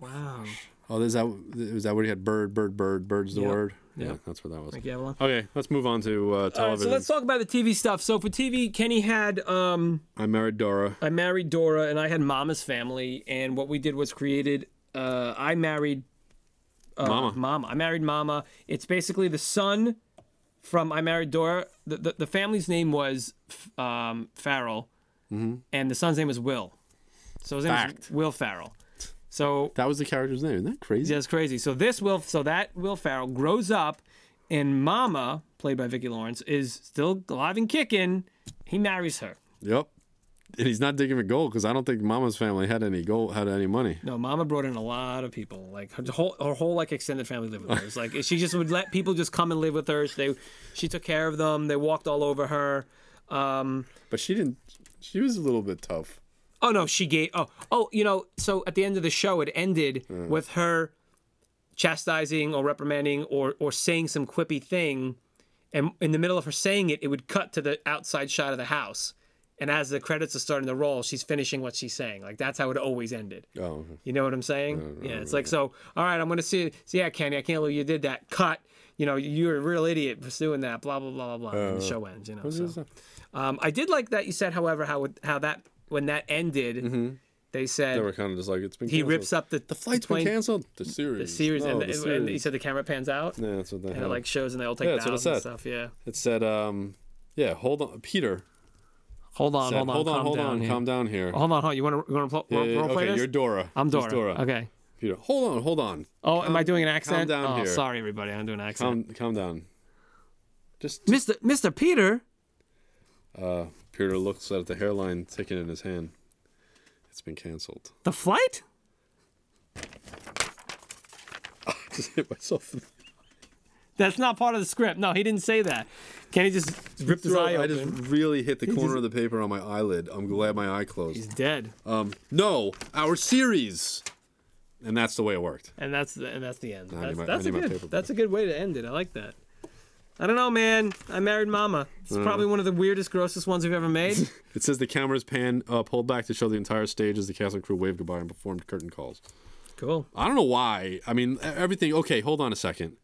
Speaker 2: Wow.
Speaker 1: oh, is that was that where he had bird, bird, bird, bird's the
Speaker 2: Yep.
Speaker 1: word?
Speaker 2: Yep.
Speaker 1: Yeah, that's where that was.
Speaker 2: Frankie Avalon.
Speaker 1: Okay, let's move on to uh,
Speaker 2: All right, so
Speaker 1: television.
Speaker 2: let's talk about the TV stuff. So for TV, Kenny had um,
Speaker 1: I married Dora.
Speaker 2: I married Dora, and I had Mama's Family, and what we did was created. Uh, I married uh,
Speaker 1: Mama.
Speaker 2: Mama. I married Mama. It's basically the son from I married Dora. The the, the family's name was f- um, Farrell, and the son's name was Will. So his name was
Speaker 1: Mm-hmm. Fact.
Speaker 2: Will Farrell. So
Speaker 1: That was the character's name. Isn't that crazy?
Speaker 2: That's crazy. So this Will, so that Will Farrell grows up, and Mama, played by Vicki Lawrence, is still alive and kicking. He marries her.
Speaker 1: Yep. And he's not digging for gold because I don't think Mama's family had any gold, had any money.
Speaker 2: No, Mama brought in a lot of people. Like her whole, her whole like extended family lived with her. It's like she just would let people just come and live with her. So they, she took care of them. They walked all over her. Um,
Speaker 1: But she didn't. She was a little bit tough.
Speaker 2: Oh no, she gave. Oh, oh, you know. So at the end of the show, it ended with her chastising or reprimanding or or saying some quippy thing, and in the middle of her saying it, it would cut to the outside shot of the house, and as the credits are starting to roll, she's finishing what she's saying. Like that's how it always ended.
Speaker 1: Oh, okay.
Speaker 2: You know what I'm saying? yeah, it's like so. All right, I'm gonna see. So yeah, Kenny, I can't believe you did that. Cut. You know, you're a real idiot for doing that. Blah blah blah blah blah. and the
Speaker 1: Uh,
Speaker 2: show ends. You know. so. Um, I did like that you said, however, how it- how that when that ended, they said
Speaker 1: Mm-hmm. they were kind of just like it's been.
Speaker 2: he
Speaker 1: canceled.
Speaker 2: rips up the
Speaker 1: The flight's
Speaker 2: plane-
Speaker 1: been canceled. The series.
Speaker 2: the series,
Speaker 1: No,
Speaker 2: and,
Speaker 1: the
Speaker 2: and-
Speaker 1: series.
Speaker 2: and he said the camera pans out
Speaker 1: yeah, that's what they
Speaker 2: and it
Speaker 1: had.
Speaker 2: like shows and they all take
Speaker 1: Yeah, that's what
Speaker 2: bows
Speaker 1: it
Speaker 2: and
Speaker 1: said.
Speaker 2: stuff. Yeah.
Speaker 1: It said, um, yeah, hold on, Peter.
Speaker 2: Hold on,
Speaker 1: Said,
Speaker 2: hold on,
Speaker 1: hold on,
Speaker 2: calm
Speaker 1: hold
Speaker 2: down
Speaker 1: on,
Speaker 2: here.
Speaker 1: calm down here.
Speaker 2: Hold on, hold on. You want to you want to
Speaker 1: Yeah,
Speaker 2: play,
Speaker 1: yeah,
Speaker 2: role play
Speaker 1: okay,
Speaker 2: this?
Speaker 1: you're Dora.
Speaker 2: I'm
Speaker 1: He's
Speaker 2: Dora.
Speaker 1: Dora.
Speaker 2: Okay.
Speaker 1: Peter, hold on, hold on.
Speaker 2: Oh, am I doing an accent?
Speaker 1: down
Speaker 2: oh,
Speaker 1: here.
Speaker 2: sorry, everybody. I'm doing an accent.
Speaker 1: Calm, calm down. Just
Speaker 2: Mr. Mr. Peter.
Speaker 1: Peter looks at the hairline ticket in his hand. It's been canceled.
Speaker 2: The flight?
Speaker 1: Just hit myself. in the
Speaker 2: That's not part of the script. No, he didn't say that. Kenny just ripped his
Speaker 1: throat.
Speaker 2: eye
Speaker 1: I
Speaker 2: open.
Speaker 1: just really hit the corner of the paper on my eyelid. I'm glad my eye closed.
Speaker 2: He's dead,
Speaker 1: Um, no, our series, and that's the way it worked.
Speaker 2: and that's the, and that's the end.
Speaker 1: need
Speaker 2: That's,
Speaker 1: my- I
Speaker 2: that's a
Speaker 1: need my
Speaker 2: good.
Speaker 1: paper
Speaker 2: That's a good way to end it. I like that. I don't know, man. I married Mama. It's
Speaker 1: Uh-huh.
Speaker 2: probably one of the weirdest, grossest ones we've ever made.
Speaker 1: It says the cameras pan uh, pulled back to show the entire stage as the cast and crew waved goodbye and performed curtain calls.
Speaker 2: cool.
Speaker 1: I don't know why. I mean, e- everything. Okay, hold on a second.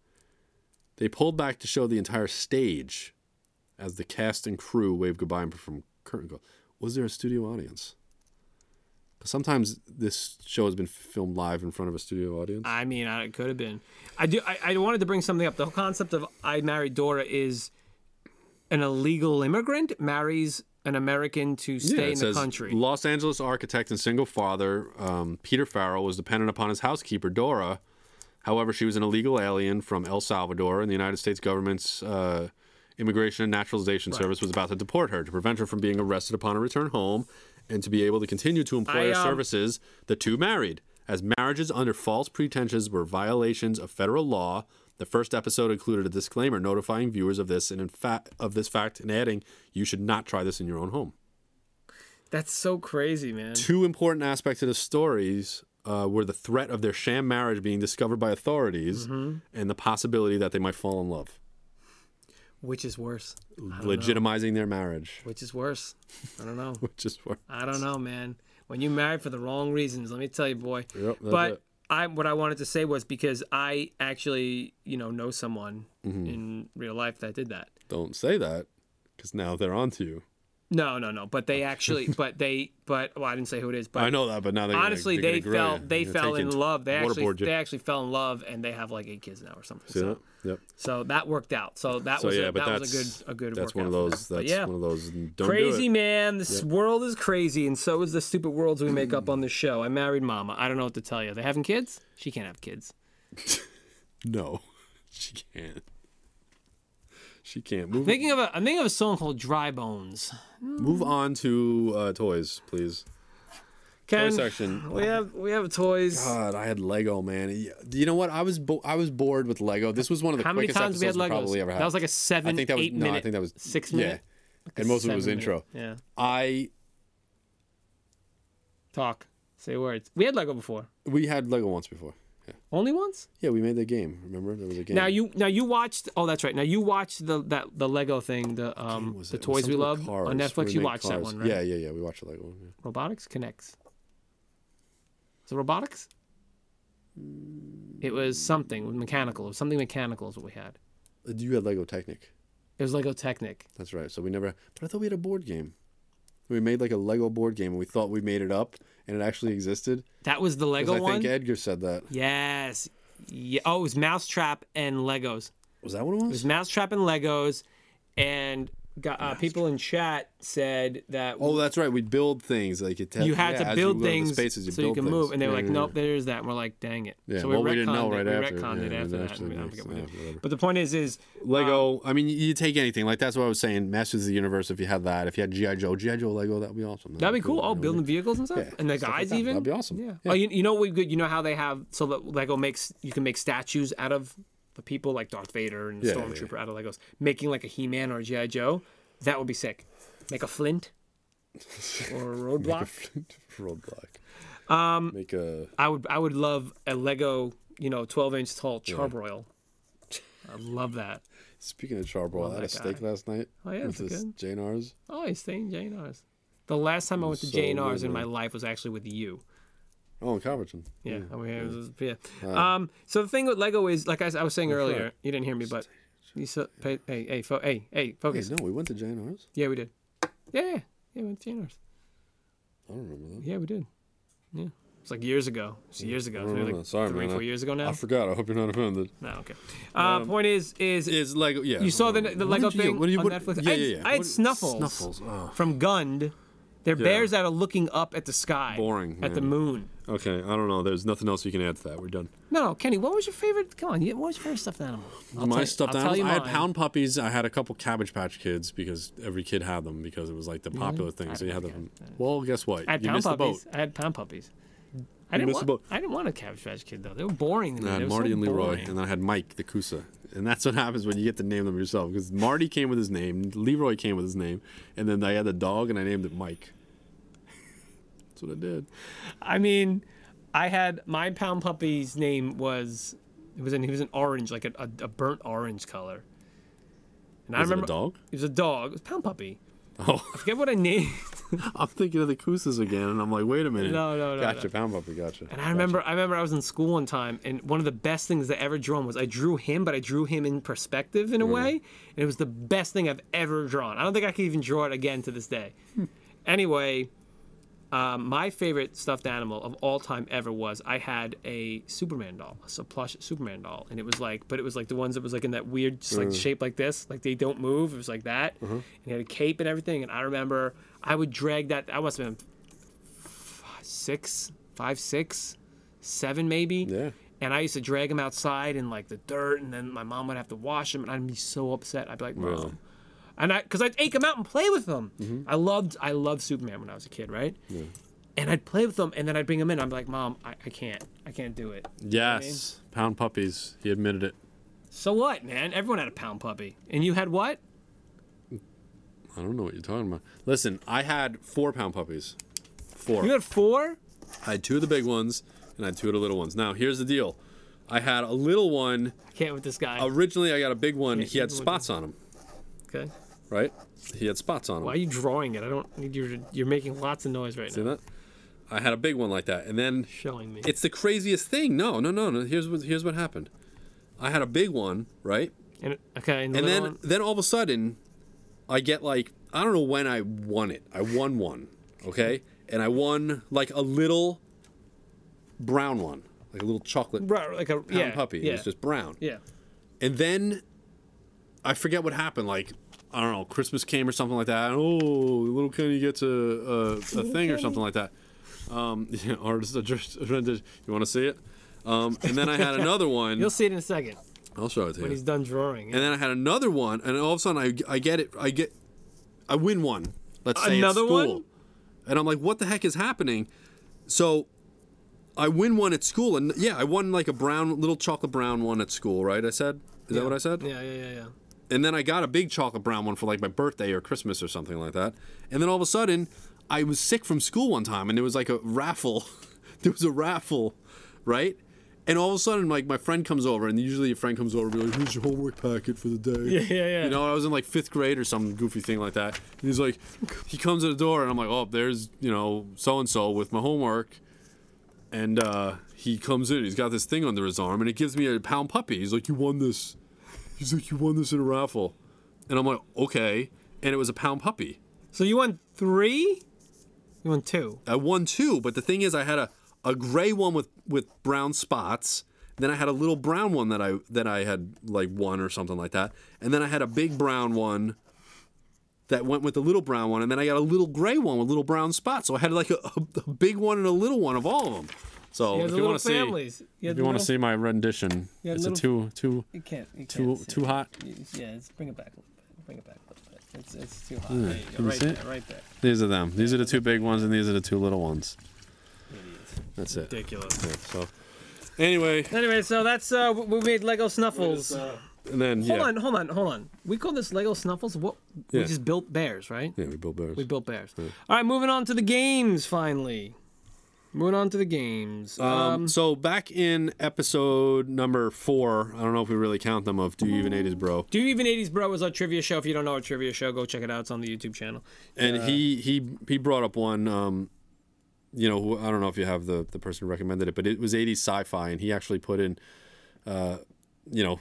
Speaker 1: They pulled back to show the entire stage as the cast and crew waved goodbye and performed curtain call. Was there a studio audience? 'Cause sometimes this show has been filmed live in front of a studio audience.
Speaker 2: I mean, I, it could have been. I do. I, I wanted to bring something up. The whole concept of "I married Dora" is an illegal immigrant marries an American to stay in the country.
Speaker 1: Los Angeles architect and single father um, Peter Farrell was dependent upon his housekeeper Dora. However, she was an illegal alien from El Salvador, and the United States government's uh, Immigration and Naturalization Service was about to deport her to prevent her from being arrested upon her return home, and to be able to continue to employ
Speaker 2: I,
Speaker 1: her
Speaker 2: um,
Speaker 1: services. The two married, as marriages under false pretenses were violations of federal law. The first episode included a disclaimer notifying viewers of this and in fact of this fact and adding, "You should not try this in your own home."
Speaker 2: that's so crazy, man.
Speaker 1: two important aspects of the stories uh, were the threat of their sham marriage being discovered by authorities and the possibility that they might fall in love,
Speaker 2: Which is worse?
Speaker 1: legitimizing their marriage,
Speaker 2: Which is worse? I don't know.
Speaker 1: which is where
Speaker 2: I don't know, man. When you married for the wrong reasons, let me tell you, boy.
Speaker 1: Yep, that's
Speaker 2: but
Speaker 1: it.
Speaker 2: I, what I wanted to say was because I actually, you know, know
Speaker 1: Mm-hmm.
Speaker 2: someone in real life that did that.
Speaker 1: don't say that because now they're onto you.
Speaker 2: No, no, no. But they actually, but they, but well, I didn't say who it is. But
Speaker 1: I know that, but now they're gonna-
Speaker 2: honestly,
Speaker 1: they're
Speaker 2: they
Speaker 1: gonna grow
Speaker 2: fell,
Speaker 1: you.
Speaker 2: they
Speaker 1: They're
Speaker 2: fell
Speaker 1: taking-
Speaker 2: in love. They actually,
Speaker 1: waterboard you.
Speaker 2: they actually fell in love, and they have like eight kids now or something.
Speaker 1: See
Speaker 2: so,
Speaker 1: that? Yep.
Speaker 2: so that worked out. So that
Speaker 1: So
Speaker 2: was
Speaker 1: yeah,
Speaker 2: a,
Speaker 1: but that's
Speaker 2: that was a good a good
Speaker 1: That's
Speaker 2: workout
Speaker 1: one of
Speaker 2: for them.
Speaker 1: those.
Speaker 2: But
Speaker 1: That's
Speaker 2: yeah.
Speaker 1: one of those. Don't
Speaker 2: Crazy
Speaker 1: do it.
Speaker 2: man, this world is crazy, and so is the stupid worlds we make up on the show. I married Mama. I don't know what to tell you. They having kids? She can't have kids.
Speaker 1: No, she can't. She can't move.
Speaker 2: Thinking of a, I'm thinking of a song called Dry Bones.
Speaker 1: move on to uh, toys, please. Toy
Speaker 2: Ken,
Speaker 1: section.
Speaker 2: we have we have toys.
Speaker 1: God, I had Lego, man. Yeah, You know what? I was bo- I was bored with Lego. This was one of the
Speaker 2: How many
Speaker 1: quickest
Speaker 2: times we had
Speaker 1: episodes we
Speaker 2: Legos?
Speaker 1: probably ever had.
Speaker 2: That was like a
Speaker 1: I
Speaker 2: seven,
Speaker 1: think that was
Speaker 2: eight
Speaker 1: no.
Speaker 2: minute.
Speaker 1: I think that was
Speaker 2: six
Speaker 1: yeah.
Speaker 2: minute.
Speaker 1: and most of it was
Speaker 2: seven
Speaker 1: intro.
Speaker 2: minute. Yeah.
Speaker 1: I
Speaker 2: Talk. Say words. We had Lego before.
Speaker 1: we had Lego once before. Yeah,
Speaker 2: Only once?
Speaker 1: yeah. We made that game. Remember, there was a game.
Speaker 2: Now you now you watched oh that's right. Now you watched the that the Lego thing, the
Speaker 1: What
Speaker 2: um
Speaker 1: was
Speaker 2: the
Speaker 1: it? It was
Speaker 2: toys we
Speaker 1: something with
Speaker 2: love on
Speaker 1: cars.
Speaker 2: Netflix.
Speaker 1: We
Speaker 2: You
Speaker 1: made
Speaker 2: watched that
Speaker 1: cars.
Speaker 2: one, right?
Speaker 1: Yeah, yeah, yeah. We watched the Lego one. yeah.
Speaker 2: Robotics connects. Is it robotics? It was something mechanical. It was something mechanical is what we had.
Speaker 1: Uh, You had Lego Technic.
Speaker 2: It was Lego Technic.
Speaker 1: That's right. So we never. But I thought we had a board game. We made like a Lego board game, and we thought we made it up, and it actually existed.
Speaker 2: That was the Lego
Speaker 1: Because I
Speaker 2: one.
Speaker 1: think Edgar said that.
Speaker 2: yes. Yeah. Oh, it was Mousetrap and Legos.
Speaker 1: Was that what it
Speaker 2: It was
Speaker 1: was?
Speaker 2: Mousetrap and Legos, and got, uh, people in chat said that
Speaker 1: Oh, that's right. We'd build things like it.
Speaker 2: you had
Speaker 1: yeah,
Speaker 2: to
Speaker 1: as
Speaker 2: build
Speaker 1: you go to the
Speaker 2: things
Speaker 1: spaces, you
Speaker 2: so you
Speaker 1: build
Speaker 2: can
Speaker 1: things.
Speaker 2: move, and they were
Speaker 1: Yeah,
Speaker 2: like,
Speaker 1: yeah, yeah.
Speaker 2: "Nope, there's that." And we're like, "Dang it!"
Speaker 1: Yeah,
Speaker 2: so we
Speaker 1: well,
Speaker 2: retconned
Speaker 1: we didn't know
Speaker 2: it.
Speaker 1: right
Speaker 2: we
Speaker 1: after.
Speaker 2: retconned it
Speaker 1: Yeah,
Speaker 2: after
Speaker 1: that
Speaker 2: that.
Speaker 1: actually
Speaker 2: I
Speaker 1: makes-
Speaker 2: forget what-
Speaker 1: yeah, whatever.
Speaker 2: but the point is, is
Speaker 1: Lego. I mean, you take anything. Like that's what I was saying. Masters of the Universe. If you had that, if you had GI Joe, GI Joe Lego, that'd be awesome.
Speaker 2: That'd be cool. Oh,
Speaker 1: you know?
Speaker 2: building vehicles and stuff,
Speaker 1: Yeah,
Speaker 2: and the
Speaker 1: stuff like
Speaker 2: guys
Speaker 1: that.
Speaker 2: even.
Speaker 1: That'd be awesome.
Speaker 2: Yeah.
Speaker 1: Yeah.
Speaker 2: Oh, you, you know what we good. You know how they have so that Lego makes you can make statues out of the people like Darth Vader and
Speaker 1: Yeah, yeah,
Speaker 2: Stormtrooper out of Legos, making like a He Man or a GI Joe. That would be sick. Make a Flint or a Roadblock.
Speaker 1: Roadblock. Um, Make a
Speaker 2: I would I would love a Lego you know twelve inch tall charbroil. I love that.
Speaker 1: Speaking of charbroil, I had a
Speaker 2: that
Speaker 1: steak last night.
Speaker 2: Oh, yeah,
Speaker 1: with
Speaker 2: that's
Speaker 1: this
Speaker 2: good.
Speaker 1: Jane R's.
Speaker 2: Oh, he's staying Jane R's. The last time I went to
Speaker 1: So
Speaker 2: Jane R's
Speaker 1: good,
Speaker 2: in my life was actually with you.
Speaker 1: Oh, in Calverton.
Speaker 2: Yeah. I mean,
Speaker 1: mm.
Speaker 2: it was- yeah. Um, so the thing with Lego is, like I, s- I was saying earlier, you didn't hear me, but you so, pay, hey, hey, fo- hey, hey,
Speaker 1: Wait,
Speaker 2: focus.
Speaker 1: no, we went to Jane R's.
Speaker 2: Yeah, we did. Yeah, yeah, yeah, we went to Janners.
Speaker 1: I don't remember that.
Speaker 2: Yeah, we did. Yeah, it's like years ago. It's years ago. It's
Speaker 1: don't
Speaker 2: maybe
Speaker 1: know.
Speaker 2: like
Speaker 1: Sorry,
Speaker 2: three,
Speaker 1: man.
Speaker 2: four years ago now.
Speaker 1: I forgot. I hope you're not offended.
Speaker 2: no, okay. Uh, point is, is
Speaker 1: It's Lego. Yeah.
Speaker 2: you saw the the Lego thing on Netflix.
Speaker 1: Yeah,
Speaker 2: I had,
Speaker 1: yeah, yeah.
Speaker 2: I had
Speaker 1: What-
Speaker 2: Snuffles,
Speaker 1: Snuffles. Oh.
Speaker 2: from Gund. They're bears that are looking up at the sky,
Speaker 1: Boring,
Speaker 2: at the
Speaker 1: man.
Speaker 2: moon.
Speaker 1: Okay, I don't know. There's nothing else you can add to that. We're done.
Speaker 2: No, no, Kenny, what was your favorite? Come on, you- what was your favorite stuffed animal? I'll
Speaker 1: my
Speaker 2: tell you-
Speaker 1: stuffed
Speaker 2: I'll tell
Speaker 1: animals.
Speaker 2: you
Speaker 1: I had
Speaker 2: mine.
Speaker 1: pound puppies. I had a couple Cabbage Patch Kids because every kid had them because it was like the popular thing. So you had them. Well, guess what?
Speaker 2: I had
Speaker 1: you
Speaker 2: pound
Speaker 1: missed
Speaker 2: puppies.
Speaker 1: the boat.
Speaker 2: I had pound puppies. I didn't
Speaker 1: missed
Speaker 2: want.
Speaker 1: the boat.
Speaker 2: I didn't want a Cabbage Patch Kid though. They were boring. To me.
Speaker 1: I
Speaker 2: They
Speaker 1: had
Speaker 2: were
Speaker 1: Marty
Speaker 2: so
Speaker 1: and Leroy,
Speaker 2: boring.
Speaker 1: and then I had Mike the Kusa. And that's what happens when you get to name them yourself. Because Marty came with his name, Leroy came with his name, and then I had the dog, and I named it Mike. that's what I did.
Speaker 2: I mean, I had my pound puppy's name was it was an he was an orange like a, a, a burnt orange color. And I
Speaker 1: Was it
Speaker 2: remember
Speaker 1: a dog?
Speaker 2: It was a dog. It was pound puppy.
Speaker 1: Oh,
Speaker 2: I forget what I named.
Speaker 1: I'm thinking of the Kusas again, and I'm like, wait a minute.
Speaker 2: No, no, no,
Speaker 1: Gotcha,
Speaker 2: no.
Speaker 1: pound puppy, gotcha.
Speaker 2: And I remember I remember I was in school one time and one of the best things I ever drawn was I drew him, but I drew him in perspective in a
Speaker 1: Mm.
Speaker 2: way. And it was the best thing I've ever drawn. I don't think I could even draw it again to this day. anyway, um, my favorite stuffed animal of all time ever was I had a Superman doll, a su- plush Superman doll, and it was like, but it was like the ones that was like in that weird, just like shape like this, like they don't move. It was like that, and it had a cape and everything. And I remember I would drag that. I must have been f- six, five, six, seven, maybe.
Speaker 1: Yeah.
Speaker 2: And I used to drag him outside in like the dirt, and then my mom would have to wash him, and I'd be so upset. I'd be like, Mom,
Speaker 1: Really? Mm-hmm.
Speaker 2: and I because I'd take him out and play with him. I loved I loved Superman when I was a kid, right? And I'd play with him, and then I'd bring him in. I'm like, Mom, I, I can't, I can't do it.
Speaker 1: Yes, pound puppies. He admitted it.
Speaker 2: So what, man? Everyone had a pound puppy, and you had what?
Speaker 1: I don't know what you're talking about. Listen, I had four pound puppies. Four.
Speaker 2: You had four.
Speaker 1: I had two of the big ones and I had two of the little ones. Now, here's the deal. I had a little one.
Speaker 2: I can't with this guy.
Speaker 1: Originally, I got a big one. he
Speaker 2: you
Speaker 1: had
Speaker 2: go with
Speaker 1: spots on him,
Speaker 2: okay.
Speaker 1: right? He had spots on him.
Speaker 2: Why are you drawing it? I don't need you. to- You're making lots of noise right
Speaker 1: See
Speaker 2: now.
Speaker 1: that? I had a big one like that. And then
Speaker 2: Showing me.
Speaker 1: it's the craziest thing. No, no, no, no. Here's what here's what happened. I had a big one, right?
Speaker 2: and, okay. And, the
Speaker 1: And
Speaker 2: little
Speaker 1: then
Speaker 2: one-
Speaker 1: then all of a sudden, I get like I don't know when I won it. I won one, okay, and I won like a little brown one, like a little chocolate brown
Speaker 2: Right, like a yeah,
Speaker 1: puppy.
Speaker 2: Yeah,
Speaker 1: It was just brown.
Speaker 2: yeah.
Speaker 1: And then I forget what happened. Like I don't know, Christmas came or something like that. Oh, little Kenny gets a a, a thing or something like that. Um, yeah, or just a, just a rendition. You want to see it? Um, and then I had another one.
Speaker 2: You'll see it in a second
Speaker 1: I'll show it to you.
Speaker 2: when he's done drawing.
Speaker 1: And then I had another one, and all of a sudden I I get it. I get I win one. Let's say at
Speaker 2: Another one?
Speaker 1: school. And I'm like, what the heck is happening? So I win one at school, and yeah, I won like a brown little chocolate brown one at school, right? I said. Is that what I said?
Speaker 2: Yeah, yeah, yeah, yeah.
Speaker 1: And then I got a big chocolate brown one for like my birthday or Christmas or something like that. And then all of a sudden, I was sick from school one time and there was like a raffle. there was a raffle, right? And all of a sudden, like my friend comes over, and usually your friend comes over and be like, "Here's your homework packet for the day."
Speaker 2: Yeah, yeah, yeah.
Speaker 1: You know, I was in like fifth grade or some goofy thing like that. And he's like, he comes to the door, and I'm like, "Oh, there's you know so and so with my homework." And uh, he comes in, he's got this thing under his arm, and he gives me a pound puppy. He's like, "You won this." He's like, "You won this in a raffle," and I'm like, "Okay." And it was a pound puppy.
Speaker 2: So you won three. You won two.
Speaker 1: I won two, but the thing is, I had a, a gray one with with brown spots. Then I had a little brown one that I that I had like won or something like that, and then I had a big brown one that went with the little brown one, and then I got a little gray one with little brown spots. So I had like a, a, a big one and a little one of all of them. So
Speaker 2: You had
Speaker 1: if
Speaker 2: the
Speaker 1: you
Speaker 2: little
Speaker 1: want to see,
Speaker 2: families. You had
Speaker 1: if you
Speaker 2: the
Speaker 1: want to
Speaker 2: little-
Speaker 1: see my rendition,
Speaker 2: Yeah,
Speaker 1: it's a too
Speaker 2: little-
Speaker 1: too
Speaker 2: You can't. You
Speaker 1: too
Speaker 2: can't see
Speaker 1: too
Speaker 2: it.
Speaker 1: hot.
Speaker 2: Yeah, let's bring it back a little bit. Bring it back a little bit. It's, it's too hot. there you go.
Speaker 1: you
Speaker 2: Right
Speaker 1: see
Speaker 2: there.
Speaker 1: it?
Speaker 2: Right there.
Speaker 1: These are them. These are the two big ones, and these are the two little ones. That's it.
Speaker 2: Ridiculous.
Speaker 1: So anyway,
Speaker 2: Anyway, so that's uh, w- we made Lego Snuffles.
Speaker 1: and then uh, yeah,
Speaker 2: Hold on, hold on, hold on. We call this Lego Snuffles. What?
Speaker 1: Yeah.
Speaker 2: We just built bears, right?
Speaker 1: yeah, we built bears.
Speaker 2: We built bears. All right, moving on to the games. Finally, moving on to the games.
Speaker 1: Um, so back in episode number four, I don't know if we really count them of Do You Even Ate His Bro?
Speaker 2: Do you even 80s Bro is our trivia show. If you don't know our trivia show, go check it out. It's on the YouTube channel.
Speaker 1: And he he he brought up one. Um, you know, who- I don't know if you have the the person who recommended it, but it was 80s sci-fi, and he actually put in, uh, you know,